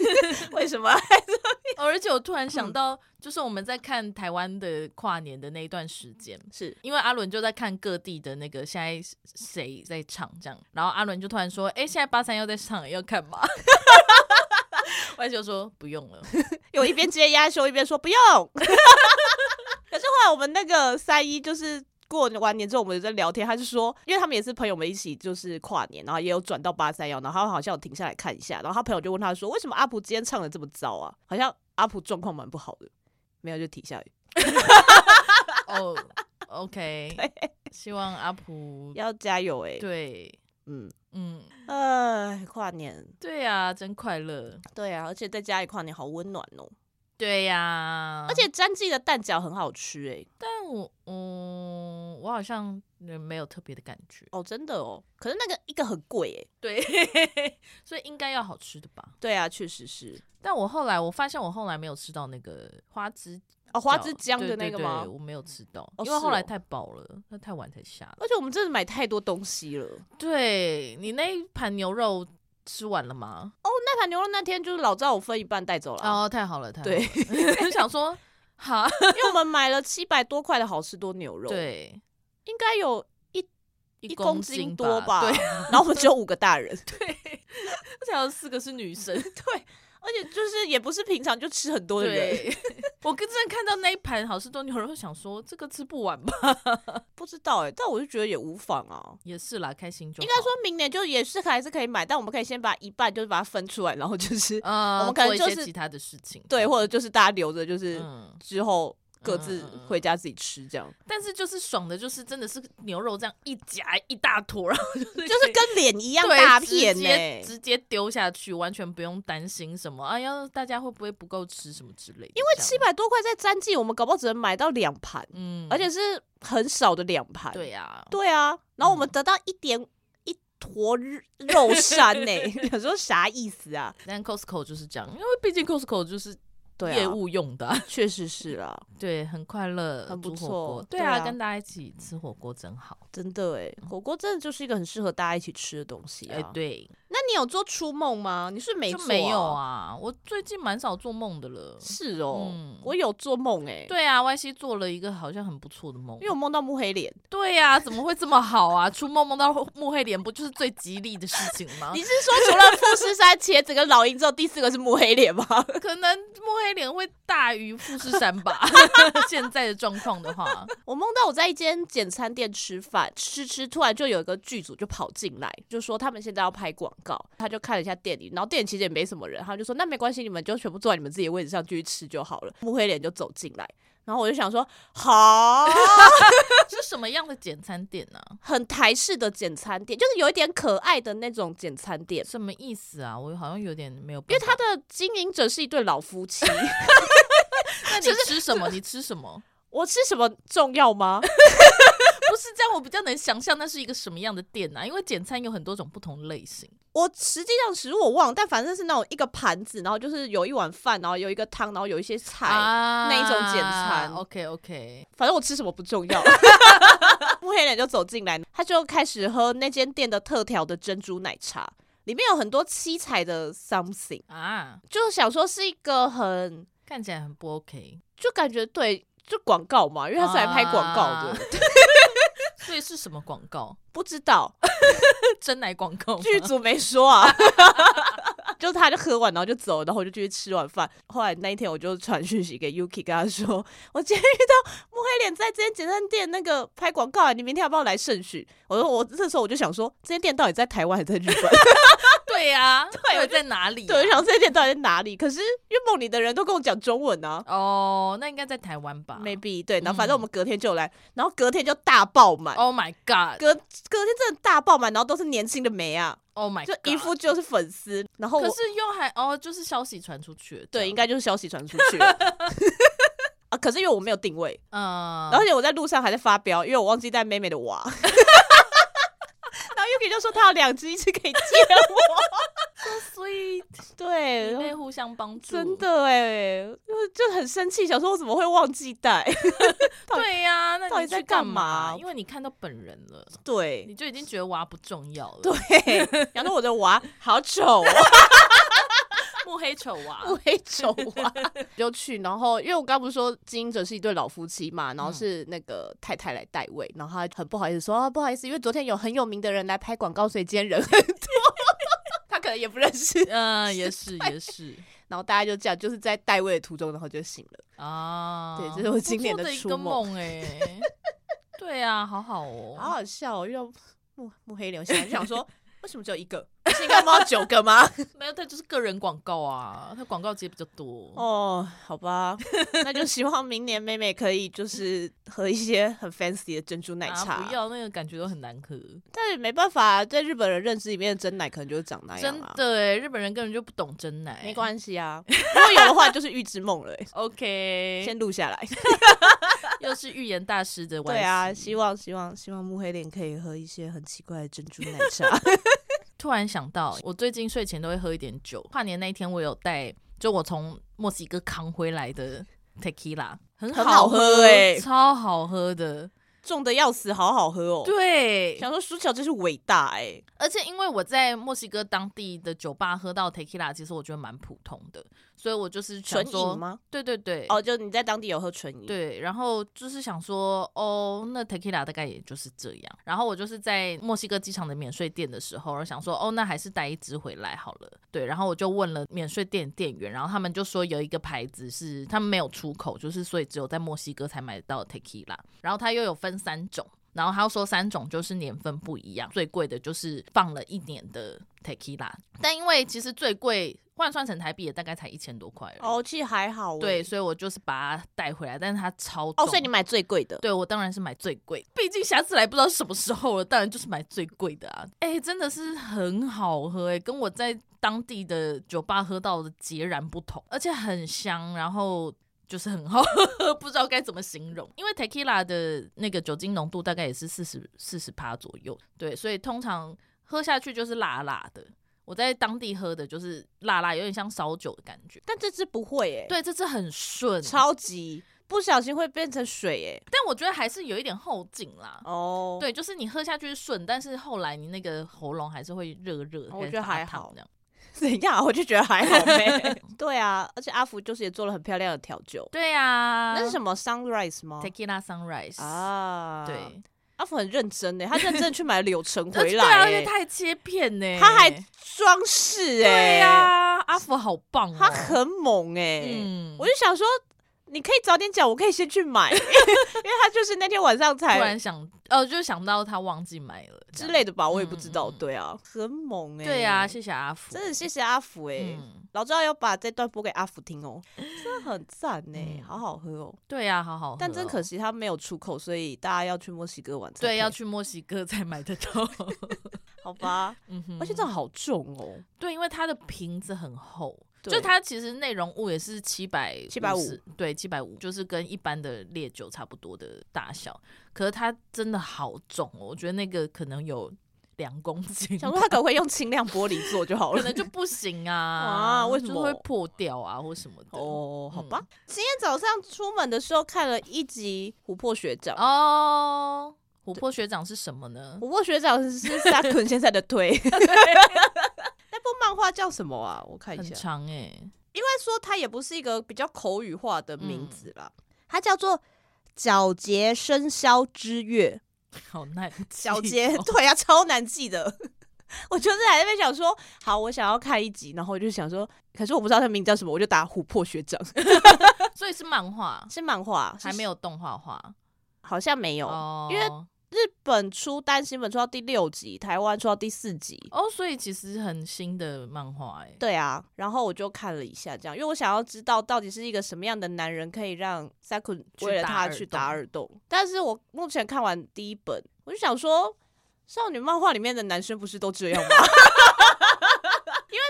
A: <laughs> 为什么？ <laughs>
B: 哦而且我突然想
A: 嗯
B: 到，就是我们在看台湾的跨年的那一段时间。
A: 是
B: 因为阿伦就在看各地的那个现在谁在唱这样，然后阿伦就突然说：“哎、现在八三幺在唱，要看吗？” <laughs> 我就说不用了，
A: 我一边接压修一边说不 <laughs> 用。可是后来我们那个三一就是。过完年之后，我们有在聊天，他就说，因为他们也是朋友们一起就是跨年，然后也有转到八三幺，然后他好像有停下来看一下，然后他朋友就问他说，为什么阿普今天唱的这么糟啊？好像阿普状况蛮不好的，没有就停下来。
B: 哦、o
A: <laughs>
B: k 希望阿普
A: 要加油哎、
B: 对，
A: 嗯，
B: 嗯，
A: 哎，跨年，
B: 对啊，真快乐，
A: 对啊，而且在家里跨年好温暖哦、
B: 对呀、
A: 而且詹记的蛋饺很好吃哎、
B: 但我嗯，我好像呃没有特别的感觉，
A: 哦，真的哦、可是那个一个很贵哎、
B: 对， <laughs> 所以应该要好吃的吧。
A: 对啊，确实是。
B: 但我后来我发现我后来没有吃到那个花枝
A: 哦，花
B: 饺
A: 枝姜的那个吗？
B: 对对对我没有吃到，
A: 哦
B: 因为后来
A: 是哦
B: 太饱了，那太晚才下了。
A: 而且我们真的买太多东西了。哦，
B: 对你那一盘牛肉吃完了吗？
A: 那盘牛肉那天就是老赵我分一半带走了啊，
B: 哦，太好了，太好
A: <laughs>
B: 了
A: 对，
B: 我想说，哈，
A: 因为我们买了七百多块的好吃多牛肉，，
B: 对，
A: 应该有，
B: 一
A: 一公
B: 斤
A: 斤多吧
B: 对，
A: <laughs> 然后我们只有五个大 <laughs> 人，
B: 而且还有四个是女生，对
A: 而且就是也不是平常就吃很多的人，
B: 对。 <laughs> 我跟真的看到那一盘好事多牛肉，想说这个吃不完吧？
A: 不知道哎、但我就觉得也无妨啊。
B: 也是啦，开心就
A: 应该说明年就也是还是可以买，但我们可以先把一半就是把它分出来，然后就是、
B: 呃，
A: 我们可能
B: 做一些
A: 就是
B: 其他的事情，
A: 对，或者就是大家留着，就是
B: 嗯
A: 之后各自
B: 嗯嗯嗯
A: 回家自己吃，这样
B: 但是就是爽的，就是真的是牛肉这样一夹一大坨，然后就是
A: 就是跟脸一样
B: 对
A: 大片
B: 直
A: 呢、
B: 接直接丢下去，完全不用担心什么啊，要大家会不会不够吃什么之类的。因为
A: 七，百多块在詹记，我们搞不好只能买到两盘，
B: 嗯
A: 而且是很少的两盘。
B: 对嗯呀、
A: 对啊，然后我们得到一点、一坨肉肉山呢、 <laughs> 有时候啥意思啊？
B: 但 Costco 就是这样，因为毕竟 Costco 就是
A: 对啊，
B: 业务用的啊、
A: 确实是啦、
B: 对，很快乐，
A: 很不
B: 煮
A: 错
B: 火锅对
A: 对
B: 啊，
A: 啊
B: 跟大家一起吃火锅真好。
A: 真的哎、火锅真的就是一个很适合大家一起吃的东西啊。
B: 哎、对，
A: 那你有做初梦吗？你是没
B: 就
A: 做、
B: 没有？啊，我最近蛮少做梦的了。
A: 是哦，
B: 嗯
A: 我有做梦哎、
B: 对啊，Y C 做了一个好像很不错的梦，
A: 因为我梦到摸黑脸，
B: 对呀、怎么会这么好啊？出梦梦到幕黑脸，不就是最吉利的事情吗
A: 你？是说除了富士山、茄子跟老鹰之后，第四个是摸黑脸吗？ <laughs>
B: 可能幕黑脸会大于富士山吧。
A: <laughs>
B: 现在的状况的话，
A: 我梦到我在一间简餐店吃饭，吃吃，突然就有一个剧组就跑进来，就说他们现在要拍广告，他就看了一下店里，然后店里其实也没什么人，他就说那没关系，你们就全部坐在你们自己的位置上继续吃就好了。木黑脸就走进来，然后我就想说好，
B: 是什么样的简餐店呢、
A: 很台式的简餐店，就是有一点可爱的那种简餐店。
B: 什么意思啊？我好像有点没有
A: 因
B: 办
A: 为
B: 法。
A: 它的经营者是一对老夫妻， <laughs>
B: 那你吃什么？你吃什么？
A: 我吃什么重要吗？ <laughs>
B: 不是这样，我比较能想象那是一个什么样的店啊？因为简餐有很多种不同类型。
A: 我实际上食物我忘了，但反正是那种一个盘子，然后就是有一碗饭，然后有一个汤，然后有一些菜，
B: 啊
A: 那一种简餐
B: OK OK，
A: 反正我吃什么不重要。木黑脸就走进来，他就开始喝那间店的特调的珍珠奶茶，里面有很多七彩的 something，
B: 啊，
A: 就想说是一个很
B: 看起来很不 OK，
A: 就感觉对，就广告嘛，因为他是来拍广告的，
B: 啊所以是什么广
A: <laughs>
B: 告？
A: 不知道
B: 真奶广
A: <laughs>
B: 告吗？
A: 剧组没说啊。 <laughs> 就他就喝完，然后就走，然后我就继续吃晚饭。后来那一天，我就传讯息给 Yuki，跟他说，我今天遇到木黑脸在这间简餐店那个拍广告、啊，你明天要不要来盛许？我说我这时候我就想说，这间店到底在台湾还是在日本？
B: <laughs>
A: <laughs>
B: 对呀、
A: 对我
B: 对，在哪里、啊
A: 对，我就想这间店到底在哪里？可是因为梦里的人都跟我讲中文 <laughs> 啊。
B: 哦，那应该在台湾吧
A: maybe 对，然后反
B: 嗯
A: 正我们隔天就来，然后隔天就大爆满，
B: ？Oh my God，Oh
A: 隔隔天真的大爆满，然后都是年轻的梅啊，
B: my，
A: 就
B: God
A: 一副就是粉丝，然后
B: 可
A: 我
B: 是又还哦，就是消息传出去了，
A: 对，应
B: 该
A: 该就是消息传出去了 <laughs> 啊，可是因为我没有定位，
B: 嗯，
A: 而且我在路上还在发飙，因为我忘记带妹妹的娃。 <laughs> 然后 Yuki 就说他有两只，一只可以借我。
B: 所以
A: <laughs> 对，
B: 姐
A: 然后
B: 妹互相帮助，
A: 哎真的哎、就就很生气，想说我怎么会忘记带？到底
B: 对呀、那
A: 到
B: 你
A: 底
B: 去
A: 在
B: 干
A: 干嘛
B: 因为你看到本人了，
A: 对
B: 你就已经觉得娃不重要了，，
A: 对，然后我的娃好丑哦，
B: 幕黑丑
A: <laughs>
B: 娃，
A: 不会丑娃， <laughs> 就去。然后因为我刚不是说经营者是一对老夫妻嘛，然后是那个太太来代位，然后她很不好意思说、啊、不好意思，因为昨天有很有名的人来拍广告，所以今天人 <laughs> 很多，他可能也不认识。 <laughs>
B: 嗯、也是也是
A: 然后大家就这样，就是在代位的途中，然后就醒了。
B: 啊，
A: 对这是我今年
B: 不
A: 的
B: 错的一
A: 初
B: 个
A: 梦
B: 梦哎、
A: <laughs>
B: 对啊，好好哦，
A: 好好笑、哦，遇到 <laughs> 木木黑流星，我就想说为什么只有一个？不是应该摸到九个吗？
B: 没有，它就是个人广告啊，它广告接比较多。
A: <laughs> 哦，好吧，那就希望明年妹妹可以就是喝一些很 fancy 的珍珠奶茶。
B: 啊、不要那个感觉都很难喝，
A: 但也没办法，在日本人认知里面的真奶可能就是长那样
B: 真
A: 啊。
B: 的哎，日本人根本就不懂真奶。
A: 没关系啊，如果有的话就是预知梦了、欸
B: OK，
A: 先录下来。
B: <laughs> 又是预言大师的
A: <laughs>
B: 玩。
A: 对啊，希望希望希望木黑脸可以喝一些很奇怪的珍珠奶茶。
B: 突然想到，我最近睡前都会喝一点酒。跨年那一天，我有带，就我从墨西哥扛回来的 tequila，很
A: 很
B: 好
A: 好喝欸
B: 超好喝的。
A: 重的要死，好好喝哦。
B: 对，
A: 想说薯条真是伟大哎、
B: 而且因为我在墨西哥当地的酒吧喝到 tequila，其实我觉得蛮普通的，所以我就是想
A: 纯
B: 说
A: 饮？吗？
B: 对对对，
A: 哦，就你在当地有喝纯饮。，
B: 对，然后就是想说，哦，那 tequila 大概也就是这样。然后我就是在墨西哥机场的免税店的时候，然后想说，哦，那还是带一支回来好了。对，然后我就问了免税店店员，然后他们就说有一个牌子是他们没有出口，就是所以只有在墨西哥才买得到的 tequila。然后它又有分三种。然后他说三种就是年份不一样，最贵的就是放了一年的 tequila，但因为其实最贵换算成台币也大概才一千多块而已
A: 哦，其实还好欸。
B: 对，所以我就是把它带回来，但是它超重
A: 哦，所以你买最贵的。
B: 对我当然是买最贵，毕竟下次来不知道什么时候了，当然就是买最贵的啊。哎、真的是很好喝哎、跟我在当地的酒吧喝到的截然不同，而且很香，然后。就是很好喝， <laughs> 不知道该怎么形容，因为 tequila 的那个酒精浓度大概也是四十四十趴左右，对，所以通常喝下去就是辣辣的。我在当地喝的就是辣辣，有点像烧酒的感觉。
A: 但这支不会哎、
B: 对，这支很顺，
A: 超级不小心会变成水哎、
B: 但我觉得还是有一点后劲啦。
A: 哦，
B: 对，就是你喝下去是顺，但是后来你那个喉咙还是会热热的，
A: 哦我
B: 开始
A: 觉得
B: 发
A: 还
B: 烫
A: 好
B: 这样。
A: <laughs> 怎样啊？我就觉得还好呗。 <laughs> 对啊，而且阿福就是也做了很漂亮的调酒，
B: 对呀、啊，
A: 那是什么 sunrise 吗？
B: ？Tequila Sunrise
A: 啊，
B: 对，，
A: 阿福很认真呢，他认真去买柳橙
B: 而
A: 回
B: 且
A: 来
B: <laughs> 对啊，而且
A: 欸，
B: 他还切片呢、
A: 他还装饰哎，
B: 对呀、阿福好棒、哦，
A: 他很猛哎，
B: 嗯，
A: 我就想说。你可以早点讲，我可以先去
B: <laughs>
A: 买，因为他就是那天晚上
B: 突
A: 才
B: 然想，呃，就想到他忘记买了
A: 之。类的吧，我也不知道。
B: 嗯嗯嗯
A: 对啊，很猛哎、
B: 这样对呀、谢谢阿福，
A: 真的谢谢阿福哎、
B: 嗯，
A: 老赵要把这段播给阿福听
B: <laughs>
A: 哦，真的很赞呢、
B: 嗯
A: 好好喝哦。
B: 对呀、好好喝哦、
A: 但真可惜他没有出口，所以大家要去墨西哥玩才可
B: 对，
A: 以
B: 要去墨西哥才
A: <laughs>
B: 买得到。
A: 好吧？
B: 嗯哼
A: <laughs> 而且这好重哦，
B: 对，因为它的瓶子很厚，
A: 对
B: 就它其实内容物也是七百
A: 750，
B: 对，七百五，就是跟一般的烈酒差不多的大小。可是它真的好重哦，我觉得那个可能有两公斤，
A: 想说他可不可以用轻量玻璃做就好
B: 可
A: 了
B: 能？就不行
A: <laughs> 哇
B: 啊，
A: 为
B: 就
A: 什
B: 是
A: 么
B: 会破掉啊或什么的。
A: 哦，好吧
B: 嗯。
A: 今天早上出门的时候看了一集《琥珀学长》，
B: 哦，琥珀学长是什么呢？
A: 琥珀学长是萨坤现在的
B: <laughs>
A: 推。 <laughs> 那部漫画叫什么啊？我看一
B: 很
A: 下。
B: 长哎、
A: 因为说它也不是一个比较口语化的名字啦，它叫做《皎洁生肖之月
B: 好难记哦》。
A: 皎 <laughs> 洁，对啊，超难记的。 <laughs> 我就是还在那边想说，好，我想要看一集，然后我就想说，可是我不知道它名字叫什么，我就打《琥珀学长》
B: <laughs> 所以是漫画，
A: <laughs> 是漫画，
B: 还没
A: 有，
B: 有动画化
A: 好像没有。
B: 哦，
A: 因为日本出单行本出到第六集，台湾出到第四集。
B: 哦，所以其实很新的漫画哎、
A: 对啊，然后我就看了一下，这样，因为我想要知道到底是一个什么样的男人可以让 Sakun
B: 去
A: 为了
B: 打
A: 他
B: 耳
A: 去
B: 洞
A: 打耳洞。但是我目前看完第一本，我就想说，少女漫画里面的男生不是都这样吗？ <laughs> 因为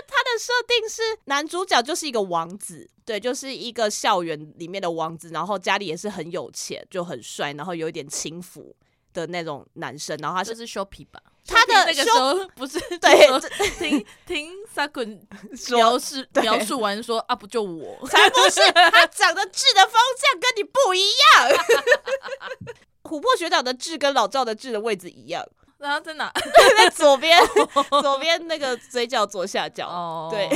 A: 他的设定是男主角就是一个王子，对，就是一个校园里面的王子，然后家里也是很有钱，就很帅，然后有一点轻浮的那种男生，然后他
B: 就是是 s h o p i 吧。
A: 啊他的
B: Shopee 那个时候不是
A: <laughs> 对
B: 就说 <laughs> 听听 Sakun
A: <laughs> 说
B: 描述
A: 对
B: 描述完说啊不
A: <laughs>
B: 就我，
A: 才不是，他长的痣的方向跟你不一样。 <laughs> 琥珀学长的痣跟老赵的痣的位置一样，
B: 然后在哪？
A: 在左边，左边那个嘴角左下角。
B: <laughs> 哦，
A: <laughs> 对，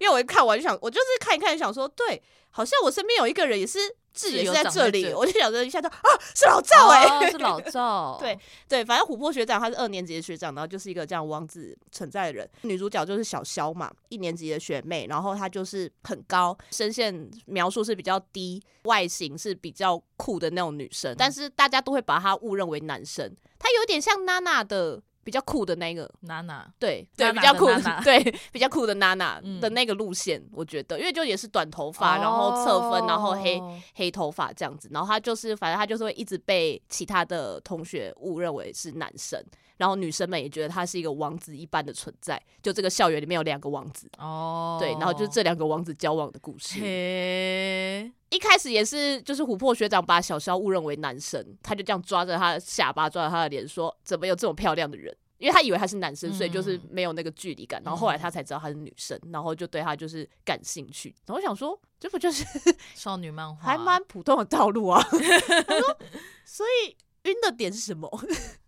A: 因为我一看完就想，我就是看一看就想说，对，好像我身边有一个人也是痣
B: 是
A: 也是
B: 有
A: 在
B: 长
A: 这
B: 在
A: 里，
B: 这
A: 我就想着一下就啊，是老赵哎、 <laughs>
B: 哦是老赵，
A: 对对，反正琥珀学长他是二年级的学长，然后就是一个这样王子存在的人。女主角就是小肖嘛，一年级的学妹，然后她就是很高，声线描述是比较低，外形是比较酷的那种女生，但是大家都会把她误认为男生。她有点像娜娜的比较酷的那个，
B: 娜娜，
A: 对对，
B: 娜
A: 比
B: 娜
A: 较
B: 的
A: 酷
B: 娜
A: 的 <laughs>
B: 娜，
A: 对比较酷的娜娜
B: 嗯
A: 的那个路线，我觉得，因为就也是短头发，然后侧分，然后黑
B: 哦
A: 黑头发这样子，然后他就是反正他就是会一直被其他的同学误认为是男生，然后女生们也觉得他是一个王子一般的存在，就这个校园里面有两个王子，
B: 哦，
A: 对，然后就是这两个王子交往的故事。
B: 嘿，
A: 一开始也是就是琥珀学长把小肖误认为男生，他就这样抓着他的下巴，抓着他的脸说：“怎么有这种漂亮的人？”因为他以为他是男生，所以就是
B: 嗯
A: 没有那个距离感。然后后来他才知道他是女生，然后就对他就是感兴趣。然后我想说，这不就是
B: 啊少女漫画
A: 还蛮普通的道路啊。 <laughs> 他说，所以晕的点是什么？ <laughs>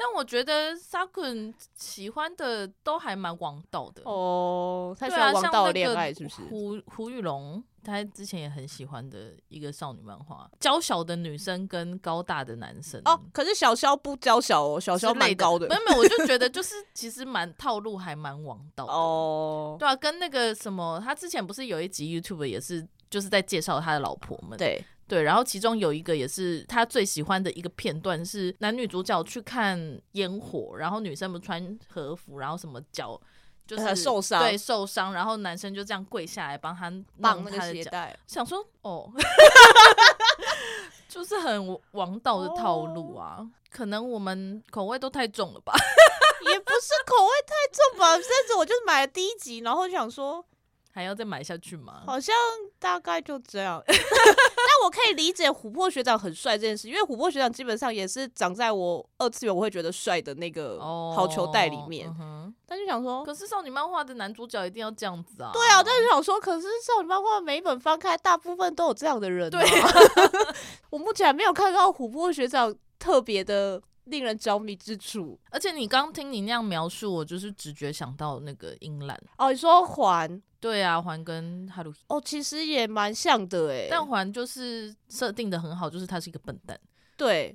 B: 但我觉得 Sakun 喜欢的都还蛮王道的。
A: 哦，他喜
B: 对
A: 欢
B: 啊，
A: 王
B: 像
A: 道
B: 那
A: 恋
B: 个
A: 爱是不是？
B: 胡胡玉龙，他之前也很喜欢的一个少女漫画，娇小的女生跟高大的男生
A: 哦，可是小肖不娇小哦，小
B: 之
A: 肖蛮
B: 类
A: 高的
B: 没有没有，我就觉得就是其实蛮套路，还蛮王道的。
A: 哦。
B: 对啊，跟那个什么，他之前不是有一集 YouTube 也是就是在介绍他的老婆们，
A: 对，
B: 对，然后其中有一个也是他最喜欢的一个片段是男女主角去看烟火，然后女生不穿和服，然后什么脚就是、
A: 呃受伤
B: 对受伤，然后男生就这样跪下来帮他
A: 绑那
B: 弄他
A: 个
B: 的
A: 鞋
B: 脚，
A: 带，
B: 想说哦， <laughs> 就是很王道的套路
A: 哦
B: 啊，可能我们口味都太重了吧。
A: 也不是口味太重吧。甚至我就是买了第一集，然后就想
B: 嗯
A: 说，
B: 还要再买下去吗？
A: 好像大概就这样。 <laughs> 但我可以理解琥珀学长很帅这件事，因为琥珀学长基本上也是长在我二次元我会觉得帅的那个
B: 哦
A: 好球袋里面
B: 嗯。哼
A: 但就想说，
B: 可是少女漫画的男主角一定要这样子啊！
A: 对啊，但是想说，可是少女漫画每一本翻开，大部分都有这样的人、啊。
B: 对，
A: <laughs> 我目前还没有看到琥珀学长特别的令人着迷之处。
B: 而且你刚听你那样描述，我就是直觉想到那个英兰。
A: 哦，你说环
B: 对啊，环跟哈鲁，
A: 哦，其实也蛮像的欸诶、
B: 但环就是设定的很好，就是他是一个笨蛋。
A: 对，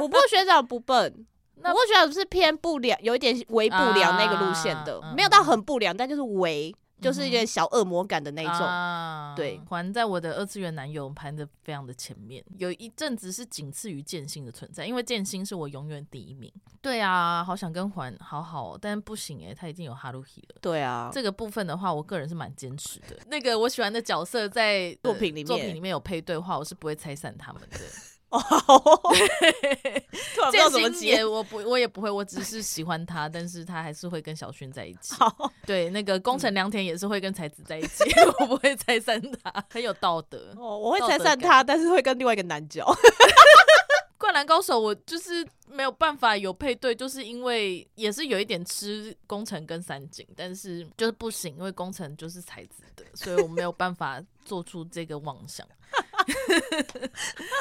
A: 琥珀学长不笨。琥
B: <laughs> 那
A: 珀学长是偏不良，有一点为不良那个路线的，
B: 啊嗯
A: 没有到很不良，但就是为，就是
B: 嗯哼
A: 有点小恶魔感的那一种。
B: 啊
A: 对
B: 环在我的二次元男友排的非常的前面，有一阵子是仅次于剑心的存在，因为剑心是我永远第一名。对啊，好想跟环好好哦，但不行诶、他已经有哈鲁希了。
A: 对啊，
B: 这个部分的话，我个人是蛮坚持的。那个我喜欢的角色在呃
A: 作品里面
B: 作品里面有配对话，我是不会拆散他们
A: <laughs>
B: 的。
A: 哦，好哦 <laughs> 突然不知道怎么
B: 剑心也
A: 接。
B: 我不我也不会，我只是喜欢他，但是他还是会跟小薰在一起。
A: 好，
B: 对，那个宫城
A: 嗯
B: 良田也是会跟才子在一起， <laughs> 我不会拆散他，很有道德。
A: 哦，我会
B: 道
A: 拆
B: 德
A: 散
B: 感
A: 他，但是会跟另外一个男
B: <laughs>
A: 角。
B: 灌篮高手我就是没有办法有配对，就是因为也是有一点吃宫城跟三井，但是就是不行，因为宫城就是才子的，所以我没有办法做出这个妄想， <laughs>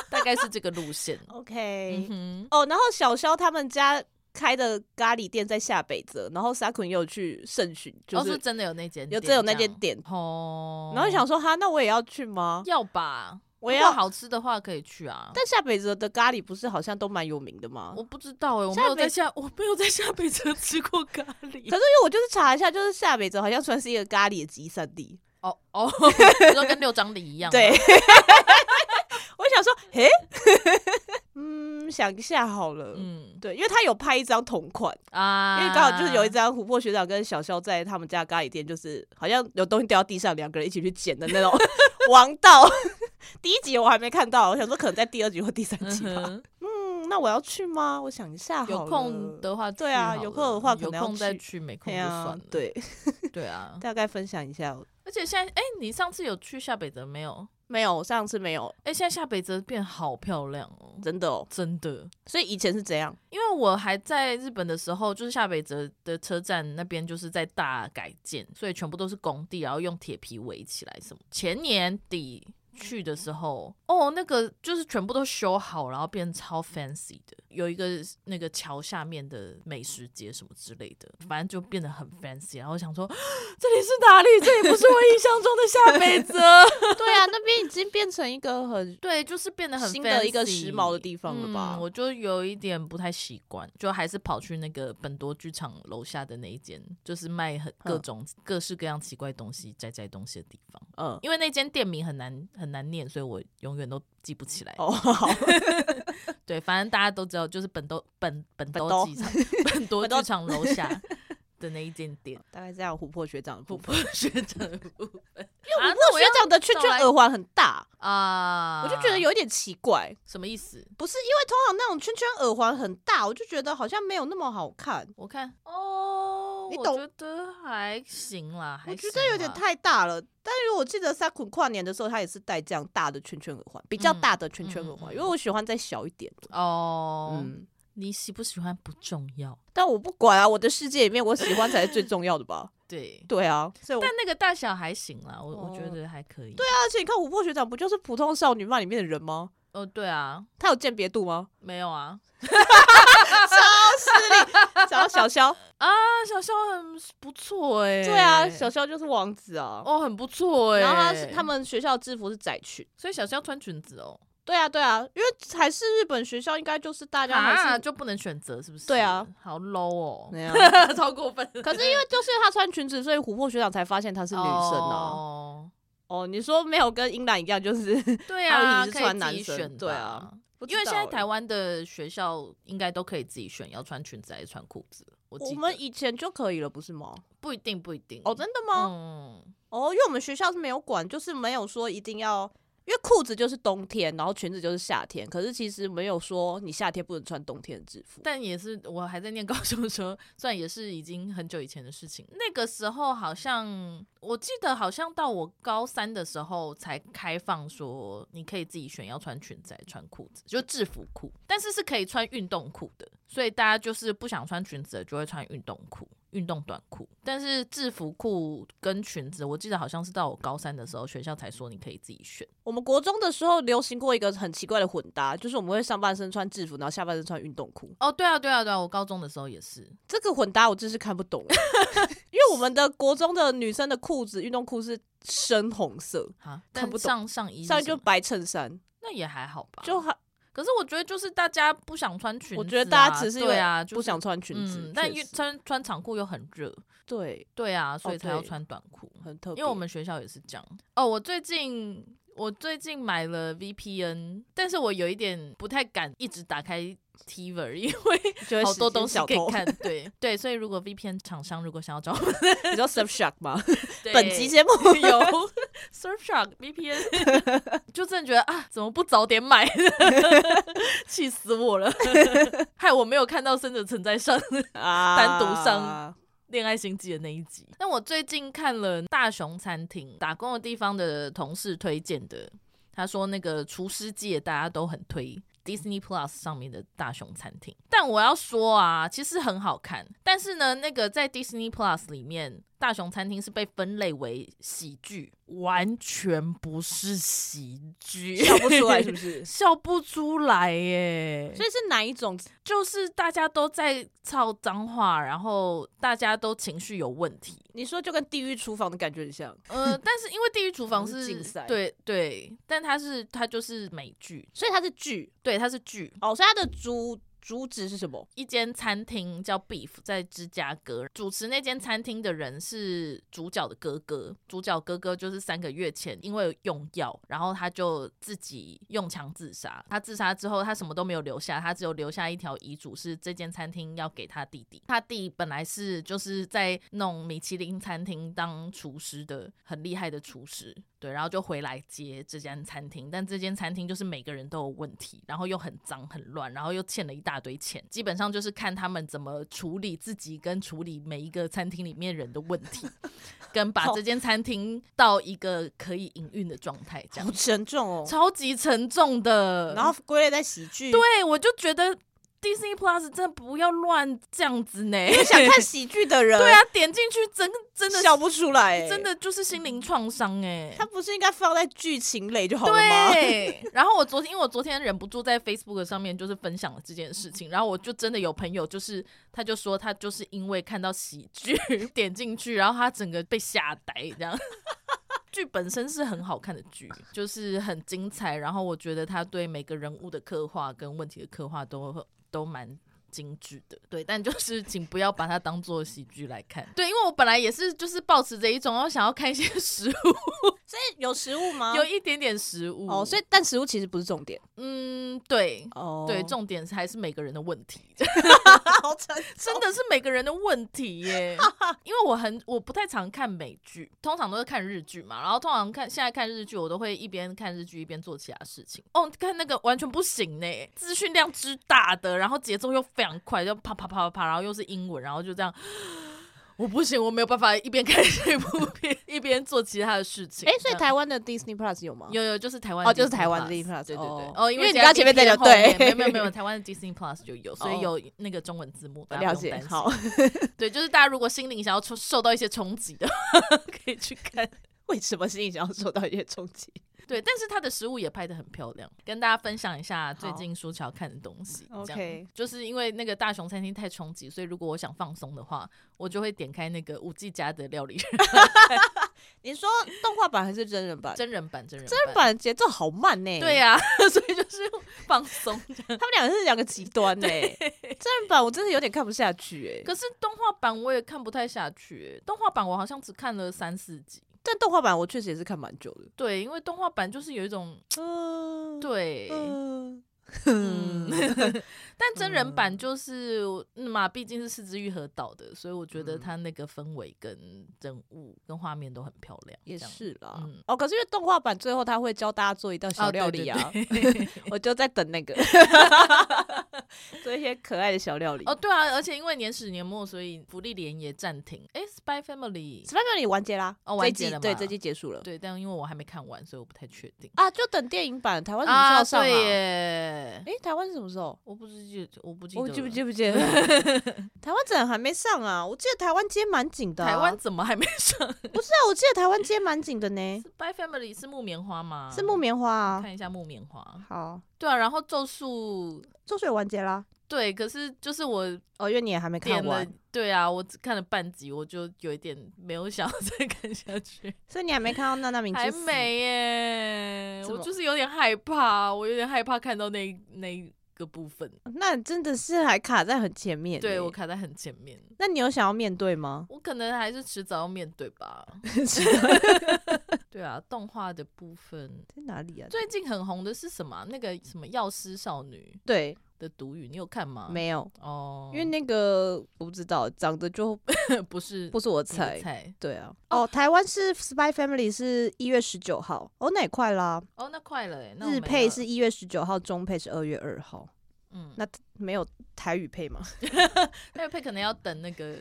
B: 大概是这个路线。
A: OK，
B: 嗯、哼，
A: 哦，然后小肖他们家开的咖喱店在下北泽，然后沙坤也有去盛巡，就
B: 哦，
A: 是，
B: 是真的有那间店，
A: 有真有那
B: 这样
A: 间店
B: 哦，
A: 然后想说哈，那我也要去吗？
B: 要吧，
A: 我
B: 如
A: 也
B: 果
A: 要。
B: 好吃的话可以去啊，
A: 但下北泽的咖喱不是好像都蛮有名的吗？
B: 我不知道哎、我没有在下我没有在下北泽吃过咖
A: 可
B: 喱
A: 是因。为我就是查一下，就是下北泽好像算是一个咖喱的集散地。
B: 哦哦， <laughs> 你说跟六张里一样吗，
A: 对， <laughs> 我想说，嘿， <laughs> 嗯，想一下好了。
B: 嗯
A: 对，因为他有拍一张同款，因
B: 啊，
A: 为刚好就是有一张琥珀学长跟小肖在他们家咖喱店，就是好像有东西掉到地上，两个人一起去捡的那
B: <laughs>
A: 种王道。 <laughs> 第一集我还没看到，我想说可能在第二集或第三集吧。 <laughs>
B: 嗯哼
A: 嗯，那我要去吗？我想一下好了，
B: 有空的话去
A: 对啊
B: 好了嗯
A: 有空的话可
B: 有
A: 能要
B: 空再
A: 去
B: 去，没空
A: 哎
B: 就
A: 呀、
B: 算了。
A: 对，
B: 对啊，
A: 大概分享一下。
B: 而且现在，哎，你上次有去下北泽没有？
A: 没有，上次没有，
B: 哎，现在下北泽变好漂亮哦，
A: 真的哦。
B: 真的。
A: 所以以前是怎样？
B: 因为我还在日本的时候，就是下北泽的车站那边就是在大改建，所以全部都是工地，然后用铁皮围起来什么。前年底去的时候，哦，那个就是全部都修好，然后变超 fancy 的，有一个那个桥下面的美食街什么之类的，反正就变得很 fancy。然后我想说， <gasps> 这里是哪里？这里不是我印象中的下北泽。
A: 对啊，那边已经变成一个很
B: 对，就是变得很
A: 新的一个
B: fancy
A: 时髦的地方了吧
B: 嗯我就有一点不太习惯，就还是跑去那个本多剧场楼下的那一间，就是卖很各
A: 嗯
B: 种各式各样奇怪东西、摘摘东西的地方。
A: <laughs> 嗯
B: 因为那间店名很难很难念，所以我永远都记不起来。
A: <laughs> 哦好，
B: 对，反正大家都知道，就是本多本本
A: 本
B: 多
A: 多
B: 剧场本多
A: 本多
B: 剧场楼下的那一间店。
A: 大概这样。琥珀学长的部
B: 琥
A: <laughs> 分，
B: 珀学长的部分，啊因
A: 琥珀学长的圈圈耳环很大，
B: 啊，
A: 我就觉得有一点奇怪。
B: 什么意思？
A: 不是因为通常那种圈圈耳环很大，我就觉得好像没有那么好看。
B: 我看哦，
A: 你
B: 我
A: 懂
B: 觉得还行啦，还
A: 我觉
B: 行
A: 得有点
B: 啦
A: 太大了，但因为我记得萨坤跨年的时候，他也是戴这样大的圈圈耳环，比较
B: 嗯
A: 大的圈圈耳环，
B: 嗯嗯嗯
A: 因为我喜欢再小一点的。
B: 哦。
A: 嗯，
B: 你喜不喜欢不重要，
A: 但我不管啊，我的世界里面我喜欢才是最重要的吧？
B: 对，
A: 对啊，所以我
B: 但那个大小还行啦，我、我觉
A: 哦
B: 得还可以。对啊，
A: 而且你看琥珀学长不就是普通少女漫里面的人吗？
B: 哦对啊，
A: 他有鉴别度 <laughs> 吗？
B: 没有啊
A: <laughs> 然后小肖，
B: 啊，小肖很不错哎、
A: <laughs> 对啊，小肖就是王子啊。
B: 哦很不错哎、
A: 然后他是他，们学校制服是窄裙，
B: 所以小肖穿裙子哦，
A: 对啊对啊，因为还是日本学校，应该就是大家还
B: 啊
A: 是
B: 就不能选择是不是？
A: 对啊，
B: 好 low
A: 那
B: 哦，
A: 样。
B: <laughs> 超过分。
A: 可是因为就是他穿裙子，所以琥珀学长才发现她是女生啊。
B: 哦
A: 哦，你说没有跟英兰一样，就是 <laughs>
B: 对
A: 他
B: 啊，
A: 们也是
B: 可以
A: 穿
B: 自
A: 男
B: 己
A: 生
B: 选
A: 对
B: 吧
A: 啊。
B: 因为现在台
A: 湾，
B: 湾的学校应该都可以自己选要穿裙子还是穿裤子，我
A: 我
B: 记
A: 们
B: 得
A: 以前就可以了，不是吗？
B: 不一定不一定
A: 哦，真的吗？
B: 嗯，
A: 哦，因为我们学校是没有管，就是没有说一定要，因为裤子就是冬天，然后裙子就是夏天，可是其实没有说你夏天不能穿冬天的制服。
B: 但也是我还在念高中的时候，虽然也是已经很久以前的事情，那个时候好像我记得好像到我高三的时候才开放说你可以自己选要穿裙子还是穿裤子，就制服裤，但是是可以穿运动裤的，所以大家就是不想穿裙子的就会穿运动裤。运动短裤，但是制服裤跟裙子，我记得好像是到我高三的时候，学校才说你可以自己选。
A: 我们国中的时候流行过一个很奇怪的混搭，就是我们会上半身穿制服，然后下半身穿运动裤。
B: 哦，对啊，对啊，对啊，我高中的时候也是，
A: 这个混搭我真是看不懂欸， <laughs> 因为我们的国中的女生的裤子，运动裤是深红色，
B: 啊，
A: 看
B: 但
A: 不懂
B: 上上衣是
A: 上面
B: 什
A: 就
B: 么哦
A: 白衬衫，
B: 那也还好吧，
A: 就还
B: 可是我觉得就是大家不想穿裙子啊、
A: 我觉得大家只是因为
B: 对啊，就是、
A: 不想穿裙子，
B: 嗯，但
A: 确
B: 又
A: 实
B: 穿穿长裤又很热，
A: 对
B: 对啊，所以才要
A: 对
B: 穿短裤。
A: 很特别，
B: 因为我们学校也是这样。哦，我最近我最近买了 VPN，但是我有一点不太敢一直打开 Tiver，因为
A: 就会
B: 好
A: 时
B: 多
A: 间
B: 东西
A: 小
B: 可以
A: 偷， <laughs>
B: 看。对对，所以如果 VPN 厂商如果想要找我们，
A: 你知道 Surfshark 吗？
B: <laughs> 对
A: 本集节目
B: <laughs> 有 Surfshark VPN，就真的觉得啊，怎么不早点买？ <laughs> 气死我了！ <laughs> 害我没有看到生者存在上
A: 啊
B: 单独
A: <laughs>
B: 上恋爱心机的那一集。但我最近看了大熊餐厅打工的地方的同事推荐的，他说那个厨师界大家都很推。Disney Plus 上面的大熊餐厅，但我要说啊，其实很好看。但是呢，那个在 Disney Plus 里面，大熊餐厅是被分类为喜剧，完全不是喜剧，
A: 笑不出来是不 <laughs> 是？
B: <laughs> 笑不出来耶。
A: 所以是哪一种？
B: 就是大家都在操脏话，然后大家都情绪有问题。
A: 你说就跟地狱厨房的感觉很像， <laughs>
B: 呃，但是因为《地狱厨房
A: 好像
B: 是》
A: 是竞赛
B: 对对，但它是它就是美剧，
A: 所以它是剧
B: 对，它是剧。
A: 哦，所以它的主主旨是什么？
B: 一间餐厅叫 Beef，在芝加哥。主持那间餐厅的人是主角的哥哥，主角哥哥就是三个月前因为用药，然后他就自己用枪自杀。他自杀之后，他什么都没有留下，他只有留下一条遗嘱，是这间餐厅要给他弟弟。他弟本来是就是在那种米其林餐厅当厨师的，很厉害的厨师。对，然后就回来接这间餐厅，但这间餐厅就是每个人都有问题，然后又很脏很乱，然后又欠了一大堆钱，基本上就是看他们怎么处理自己跟处理每一个餐厅里面人的问
A: <laughs>
B: 题，跟把
A: 好
B: 这间餐厅到一个可以营运的状态，这
A: 好
B: 样
A: 沉重哦。
B: 超级沉重的。
A: 然后归类在喜剧，
B: 对我就觉得 Disney Plus 真的不要乱这样子呢，
A: 想看喜剧的 <laughs> 人，
B: <laughs> 对啊，点进去真真的
A: 笑不出来、欸，
B: 真。的就是心灵创
A: <laughs>
B: 伤哎，
A: 他不是应该放在剧情类就好了吗？
B: 对，然后我昨天，因为我昨天忍不住在 Facebook 上面就是分享了这件事情，然后我就真的有朋友，就是他就说他就是因为看到喜剧 <laughs> 点进去，然后他整个被吓呆这样。 <laughs> 剧本身是很好看的剧，就是很精彩，然后我觉得他对每个人物的刻画跟问题的刻画都都蛮精致的，对，但就是请不要把它当做喜剧来看，对，因为我本来也是就是抱持着一种我想要看一些食物，
A: 所以有食物吗？
B: 有一点点食物
A: 啊哦，所以但食物其实不是重点
B: 嗯，对。
A: 哦。
B: 对，重点是还是每个人的问
A: <laughs>
B: 题，
A: 好沉重
B: 真的是每个人的问题耶。因为我很我不太常看美剧，通常都是看日剧嘛。然后通常看现在看日剧，我都会一边看日剧一边做其他事情。哦，看那个完全不行呢，资讯量之大的，然后节奏又非常快，就啪啪啪啪啪，然后又是英文，然后就这样。我不行，我没有办法一边看这部片一边做其他的事情。
A: 哎、所以
B: 这样
A: 台湾的 Disney Plus 有吗？
B: 有有就是台湾
A: 哦
B: 的
A: 就是
B: Disney
A: 台湾的 Disney Plus，
B: 对对
A: 哦
B: 对哦，
A: 因为
B: 为
A: 你刚刚前面在讲
B: 后面
A: 对
B: 没有没有没有，台湾的 Disney Plus 就有，所以
A: 哦
B: 有那个中文字幕，大家
A: 了
B: 不用
A: 解
B: 担，心
A: 好， <laughs>
B: 对，就是大家如果心灵想要受受到一些冲击的 <laughs> 话，可以去看。
A: 为什么心理想要受到一些冲击
B: 对，但是它的食物也拍的很漂亮，跟大家分享一下最
A: 好
B: 近舒乔看的东西。这样
A: OK
B: 就是因为那个大熊餐厅太冲击，所以如果我想放松的话，我就会点开那个五 G 家的料理人
A: 你说动画版还是真人版？
B: 真人版，真人
A: 真人。版节奏好慢呢、
B: 对、啊呀、 <laughs> 所以就是放松。
A: 他们两个是两个极端呢、真人版我真的有点看不下去哎、
B: 欸可是动画版我也看不太下去、欸动画版我好像只看了三四集，
A: 但动画版我确实也是看蛮久的。
B: 对，因为动画版就是有一种
A: 嗯，
B: 对，
A: 嗯，
B: 嗯， <laughs> 但真人版就是嗯嘛，毕竟是四肢愈合导的，所以我觉得
A: 嗯
B: 它那个氛围跟人物跟画面都很漂亮，
A: 也
B: 这样
A: 是啦。
B: 嗯
A: 哦，可是因为动画版最后他会教大家做一道小
B: 哦
A: 料
B: 对
A: 理
B: 对
A: 啊，
B: 对
A: <laughs> 我就在等那
B: <laughs>
A: 个做一些可爱的小料理。
B: 哦，对啊，而且因为年始年末，所以福利连也暂停。哎，《Spy Family》
A: Spy Family 完结啦，
B: 哦
A: 这一
B: 完结
A: 季
B: 了
A: 对
B: 嘛
A: 这季结束了。
B: 对，但因为我还没看完，所以我不太确定。
A: 啊，就等电影版台湾什么时候上
B: 对
A: 啊？
B: 耶，
A: 诶，台湾是什么时候？
B: 我不记得，我不记得，
A: 我记不记？不记得？
B: <laughs>
A: 台湾怎么还没上啊？我记得台湾接蛮紧的啊、
B: 台湾怎么还没上？
A: 不是啊，我记得台湾接蛮紧的呢，
B: 《Spy Family》是木棉花吗？
A: 是木棉花啊。
B: 看一下木棉花。
A: 好，
B: 对啊，然后咒术。
A: 咒术也完结啦。
B: 对，可是就是我
A: 哦，因为你也还没
B: 点
A: 看
B: 了
A: 完，，
B: 对啊，我只看了半集，我就有一点没有想要再看下去，
A: 所 <laughs> 以你还没看到娜娜米
B: 还
A: 去死。
B: 没耶，
A: 怎
B: 我
A: 么
B: 就是有点害怕，我有点害怕看到那那一个部分，
A: 那真的是还卡在很前面。
B: 对我。卡在很前面，
A: 那你有想要面对 <laughs> 吗？
B: 我可能还是迟早要面对吧。
A: 在
B: 对啊，动画的部分
A: 哪里啊？
B: 最近很红的是什么啊？那个什么药师少女
A: 对，
B: 的毒语，你有看吗？
A: 没有，
B: 哦，
A: 因为那个我不知道，长得就
B: 不是
A: 不是 <laughs> 我
B: 你的
A: 菜。
B: 菜
A: 对啊，哦，台湾是 Spy Family 是一月十九号，哦，那也快啦。
B: 哦，那快了耶，那我
A: 日
B: 没
A: 配
B: 了
A: 是一月十九号，中配是二月二号。
B: 嗯，
A: 那没有台语配吗？
B: 那配可能要等那个，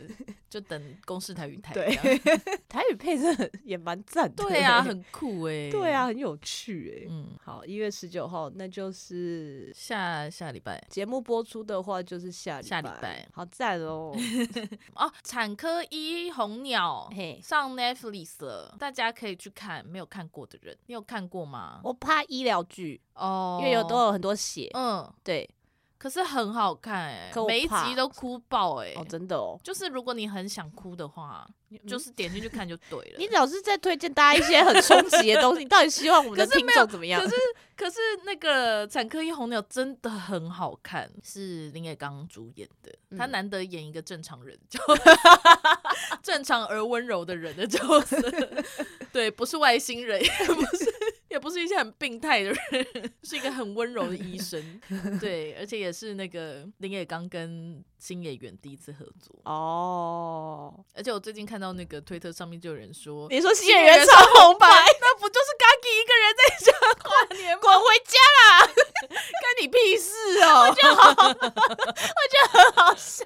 B: 就等公式台语台这
A: 对
B: 样。
A: <laughs> 台语配是很也蛮赞的。
B: 对啊，很酷哎、
A: 对啊，，很有趣哎、
B: 嗯，
A: 好，一月十九号，那就是
B: 下下礼拜
A: 节目播出的话，就是下礼
B: 下礼拜
A: 好赞
B: <laughs>
A: 哦。
B: 哦，产科一红鸟
A: 嘿
B: 上 Netflix 了，大家可以去看，没有看过的人，你有看过吗？
A: 我怕医疗剧，
B: 哦，
A: 因为有都有很多血。
B: 嗯，
A: 对，
B: 可是很好看哎、
A: 可我
B: 每一
A: 怕
B: 集都哭爆哎、
A: 哦，真的哦。嗯
B: 就是如果你很想哭的话，就是点进去看就对了。
A: 你老是在推荐大家一些很冲击的东西，你到底希望我们的
B: 可是
A: 听众怎么样？
B: 可是可是那个《产科一红鸟》真的很好看，是林野刚主演的，
A: 嗯
B: 他难得演一个正常人，就 <laughs> 正常而温柔的人的角色， <laughs> 对，不是外星人，也不是。也不是一些很病态的人，是一个很温柔的医生，对，而且也是那个林野刚跟新演员第一次合作，
A: 哦，
B: 而且我最近看到那个推特上面就有人说，
A: 你说
B: 新
A: 新演员超红白，
B: 那不就是 Gagi 一个人在
A: <laughs>
B: 家跨年吗？
A: 滚回家
B: <laughs> 干你屁事哦！
A: 好
B: <laughs>
A: 笑。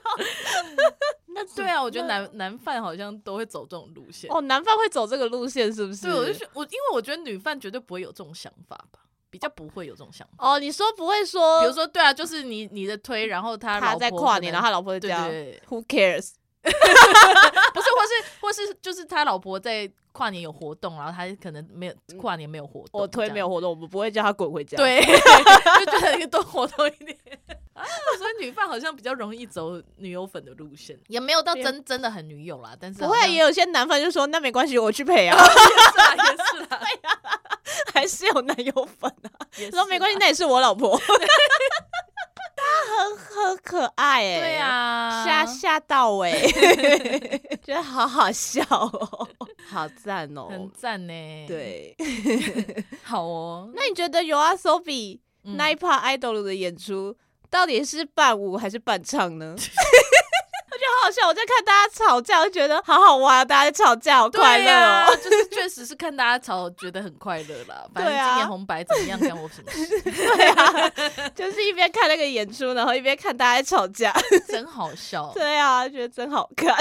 A: 那
B: 对啊，我觉得男男犯好像都会走这种路线。
A: 哦，男方会走这个路线是不是？
B: 对，我就觉我，因为我觉得女犯绝对不会有这种想法吧，比较不会有这种想法。
A: 哦，你说不会说，
B: 比如说，对啊，就是你你的推，然后他
A: 他在跨年，然后
B: 后
A: 他老婆就这
B: 对
A: 样
B: 对对，
A: ，Who cares？
B: 不是，或是或是就是他老婆在跨年有活动，然后他可能没有跨年没有活动，
A: 我嗯推没有活动，我们不会叫他滚回家。
B: 这，样，对， <laughs> 就觉得多活动
A: <laughs>
B: 一点啊。所以女犯好像比较容易走女友粉的路线，也没有到真真的很女友啦，但是啊
A: 不
B: 好像
A: 会也有些男方就说那没关系，我去陪
B: <laughs>
A: 啊，
B: 是啦，也
A: <laughs>
B: 是啦，
A: 还是有男友粉啊。
B: 也是
A: 说没关系，
B: 啦，
A: 那也是我老
B: <laughs>
A: 婆。他很很可爱哎、
B: 对。啊，
A: 吓吓到
B: <laughs>
A: 哎、 <laughs> 觉得好好笑哦，好赞哦，
B: 很赞呢。，
A: 对。
B: 好哦。
A: 那你觉得有阿 Sobi
B: 嗯
A: 那一 part idol 的演出到底是伴舞还是伴唱呢？我 <laughs> 觉得好好笑，我在看大家吵架，我就觉得好好玩啊，大家在吵架好
B: 对
A: 快乐
B: 啊
A: 哦。 <laughs>
B: 就是确实是看大家吵，觉得很快乐啦。反正
A: 对啊
B: 今年红白怎么样，干我什么
A: <laughs>
B: 事？
A: 对啊，就是一边看那个演出，然后一边看大家在吵架。
B: 真好笑。
A: <laughs> 对啊，觉得真好看。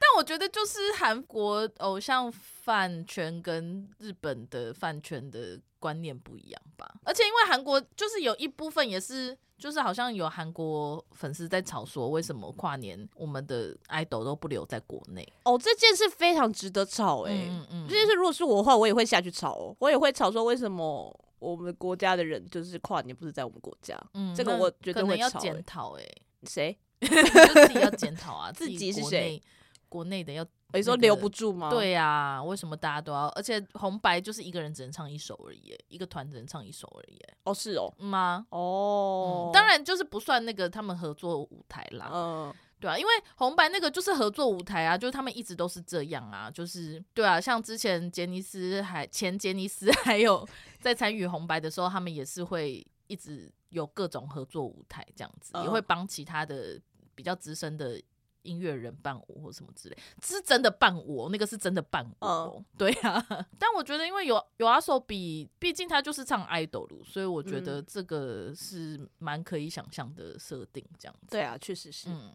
B: 但我觉得就是韩国偶像饭圈跟日本的饭圈的观念不一样吧。而且因为韩国就是有一部分也是。就是好像有韩国粉丝在吵说，为什么跨年我们的 idol 都不留在国内？
A: 哦，这件事非常值得吵哎、
B: 嗯嗯
A: 这件事如果是我的话，我也会下去吵哦，我也会吵说为什么我们国家的人就是跨年不是在我们国家？
B: 嗯
A: 这个
B: 那
A: 我觉得
B: 可能
A: 会
B: 要
A: 吵
B: 检
A: 欸
B: 讨哎，
A: 谁？
B: 就自己要检讨啊，
A: <laughs> 自己
B: 己
A: 是
B: 国
A: 谁
B: 内？国内的要
A: 哦你说
B: 那个
A: 留不住吗？
B: 对啊，为什么大家都要？而且红白就是一个人只能唱一首而已耶，一个团只能唱一首而已耶，
A: 哦，是哦，
B: 嗯吗？
A: 哦
B: 嗯，当，然就是不算那个他们合作舞台啦，
A: 嗯，
B: 对啊，因为红白那个就是合作舞台啊，就是他们一直都是这样啊，就是对啊，像之前杰尼斯还前杰尼斯 <laughs> 还有在参与红白的时候，他们也是会一直有各种合作舞台这样子，
A: 嗯
B: 也会帮其他的比较资深的音乐人伴舞或什么之类，是真的伴舞哦，那个是真的伴舞哦，对啊。 <laughs> 但我觉得因为有有阿手比，毕竟他就是唱 idol，所以我觉得这个是蛮可以想象的设定这样子，
A: 对啊，确实是、
B: 嗯。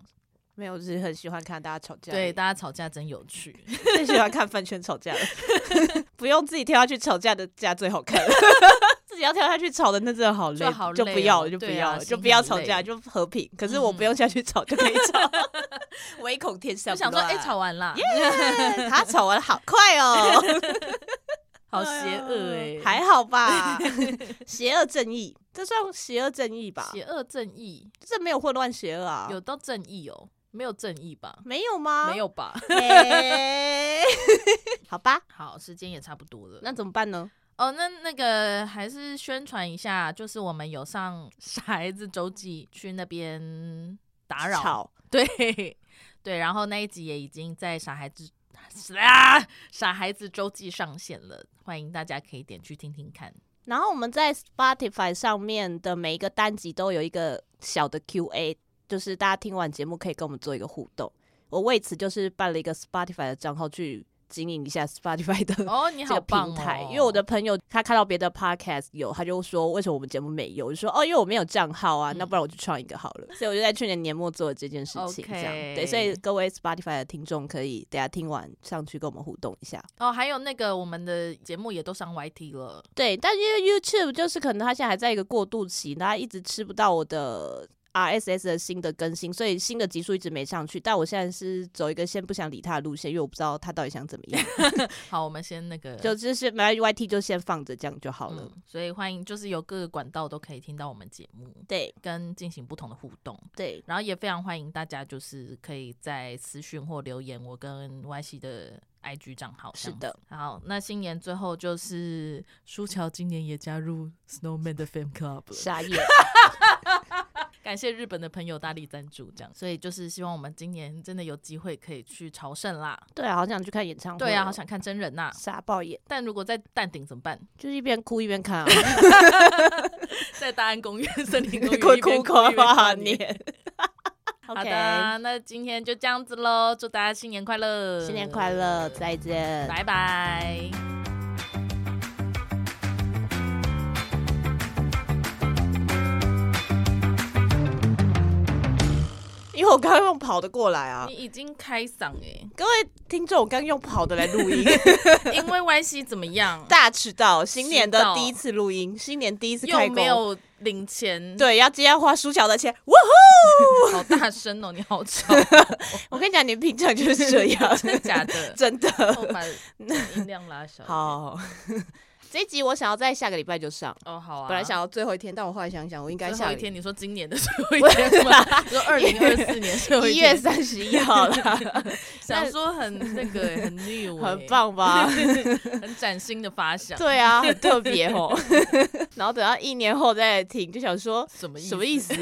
A: 没有，我只是很喜欢看大家吵架。
B: 对，，大家吵架真
A: <laughs>
B: 有趣。
A: 最喜欢看饭圈吵
B: <laughs>
A: 架了， <laughs> 不用自己跳下去吵架的架最好看。
B: <laughs>
A: 自己要跳下去吵的那真的好累，
B: 就好累
A: 不要
B: 哦
A: 了，就不
B: 对啊
A: 要了，
B: 心
A: 就不要
B: 很
A: 吵架，
B: 累嗯
A: 就和平。可是我不用下去吵就可以
B: <laughs>
A: 吵，唯恐天下
B: 就
A: 不
B: 想说，哎、
A: 乱
B: 吵完啦，
A: 他吵完好快哦，
B: <laughs> 好邪
A: <laughs>
B: 恶哎、
A: 还好
B: <laughs>
A: 吧？邪恶正义，这算邪恶正义吧？
B: 邪恶正义，
A: 这没有混乱邪恶啊？
B: 有到正义哦，没有正义吧？
A: 没有吗？
B: 没。有
A: <laughs>
B: 吧？ <laughs>
A: 欸、 <laughs> 好吧，
B: 好，时间也差不多了。
A: 那怎么办呢？
B: 哦，那那个还是宣传一下，就是我们有上傻孩子周记去那边打扰，
A: 吵，
B: 对 <laughs> 对，然后那一集也已经在傻孩子。啊！傻孩子周记上线了，欢迎大家可以点去听听看。
A: 然后我们在 Spotify 上面的每一个单集都有一个小的 Q&A，就是大家听完节目可以跟我们做一个互动。我为此就是办了一个 Spotify 的账号去经营一下 Spotify 的、
B: 哦，
A: <laughs>
B: 你
A: 这
B: 好
A: 个
B: 棒、
A: 平
B: 哦、
A: 台，因为我的朋友他看到别的 podcast 有，他就说为什么我们节目没有？我就说哦，因为我没有账号啊，
B: 嗯
A: 那不然我就创一个好了。所以我就在去年年末做了这件事情，这
B: OK
A: 样对。所以各位 Spotify 的听众可以等下听完上去跟我们互动一下。
B: 哦，还有那个我们的节目也都上 YT 了，
A: 对，但因为 YouTube 就是可能它现在还在一个过渡期，它一直吃不到我的 RSS 的新的更新，所以新的集数一直没上去。但我现在是走一个先不想理它的路线，因为我不知道它到底想怎么
B: <laughs>
A: 样，
B: 好，我们先那个
A: 就就是买 YT 就先放着这样就好了。
B: 嗯，所以欢迎就是有各个管道都可以听到我们节目，
A: 对
B: 跟进行不同的互动，
A: 对，
B: 然后也非常欢迎大家就是可以在私讯或留言我跟 Y C 的 IG 账号，
A: 是的。
B: 好，那新年最后就是舒乔今年也加入 Snowman 的 Fan Club 了。
A: 傻
B: <laughs>
A: 眼。
B: 感谢日本的朋友大力赞助，这样，所以就是希望我们今年真的有机会可以去朝圣啦。
A: 对啊，好想去看演唱会哦。
B: 对啊，好想看真人呐、
A: 傻爆眼，
B: 但如果在淡顶怎么办？
A: 就是一边哭一边看
B: <laughs>
A: 啊，
B: 在大安
A: <laughs>
B: 公园、森林公园
A: 哭
B: 一边
A: 哭啊
B: 哭一边
A: 跨
B: 跨
A: 年
B: 年。。 <laughs>
A: <laughs>
B: 好
A: OK，
B: 的，那今天就这样子喽，祝大家新年快乐！
A: 新年快，乐，再见。
B: 拜拜。
A: 因为我刚刚用跑的过来啊
B: 你，已经开嗓哎，
A: 各位听众，我刚用跑的来录音， <laughs>
B: 因为 Y C 怎么样？
A: 大迟到，新年
B: 迟
A: 的
B: 到
A: 第一次录音，新年第一次开
B: 又
A: 工，
B: 没有领钱，，
A: 对，要今天花舒乔的钱，哇呼！
B: 好大声哦，你好吵，
A: <laughs> 我跟你讲，你平常就是这样，
B: 真的假的？
A: <laughs> 真的。
B: 我把音量拉小。，
A: 好， <laughs> 这一集我想要在下个礼拜就上，
B: 哦，好啊。
A: 本来想要最后一天，但我后来想想，我应该
B: 最
A: 下
B: 后
A: 个
B: 一
A: 礼
B: 天，你说今年的 <laughs> 最后一天吗？
A: <laughs>
B: 你说二零二四年最后
A: 一
B: 天
A: 月三十一号 <laughs> 啦，
B: <laughs> 想说很那个欸、很 new，欸
A: <laughs> 很，棒吧？
B: <laughs> 很崭新的发想，
A: 对啊，很特别 <laughs> 哦。然后等到一年后再听，就想说
B: 什么意思？
A: 什么意思？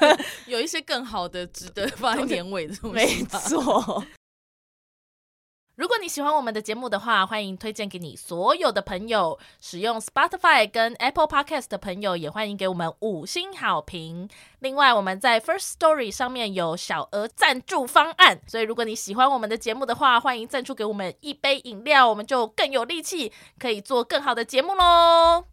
B: <laughs> 有一些更好的值得放在年尾的东
A: 没
B: 西吧。
A: 错，
B: 如果你喜欢我们的节目的话，欢迎推荐给你所有的朋友。使用 Spotify 跟 Apple Podcast 的朋友，也欢迎给我们五星好评。另外，我们在 First Story 上面有小额赞助方案，所以如果你喜欢我们的节目的话，欢迎赞助给我们一杯饮料，我们就更有力气可以做更好的节目喽。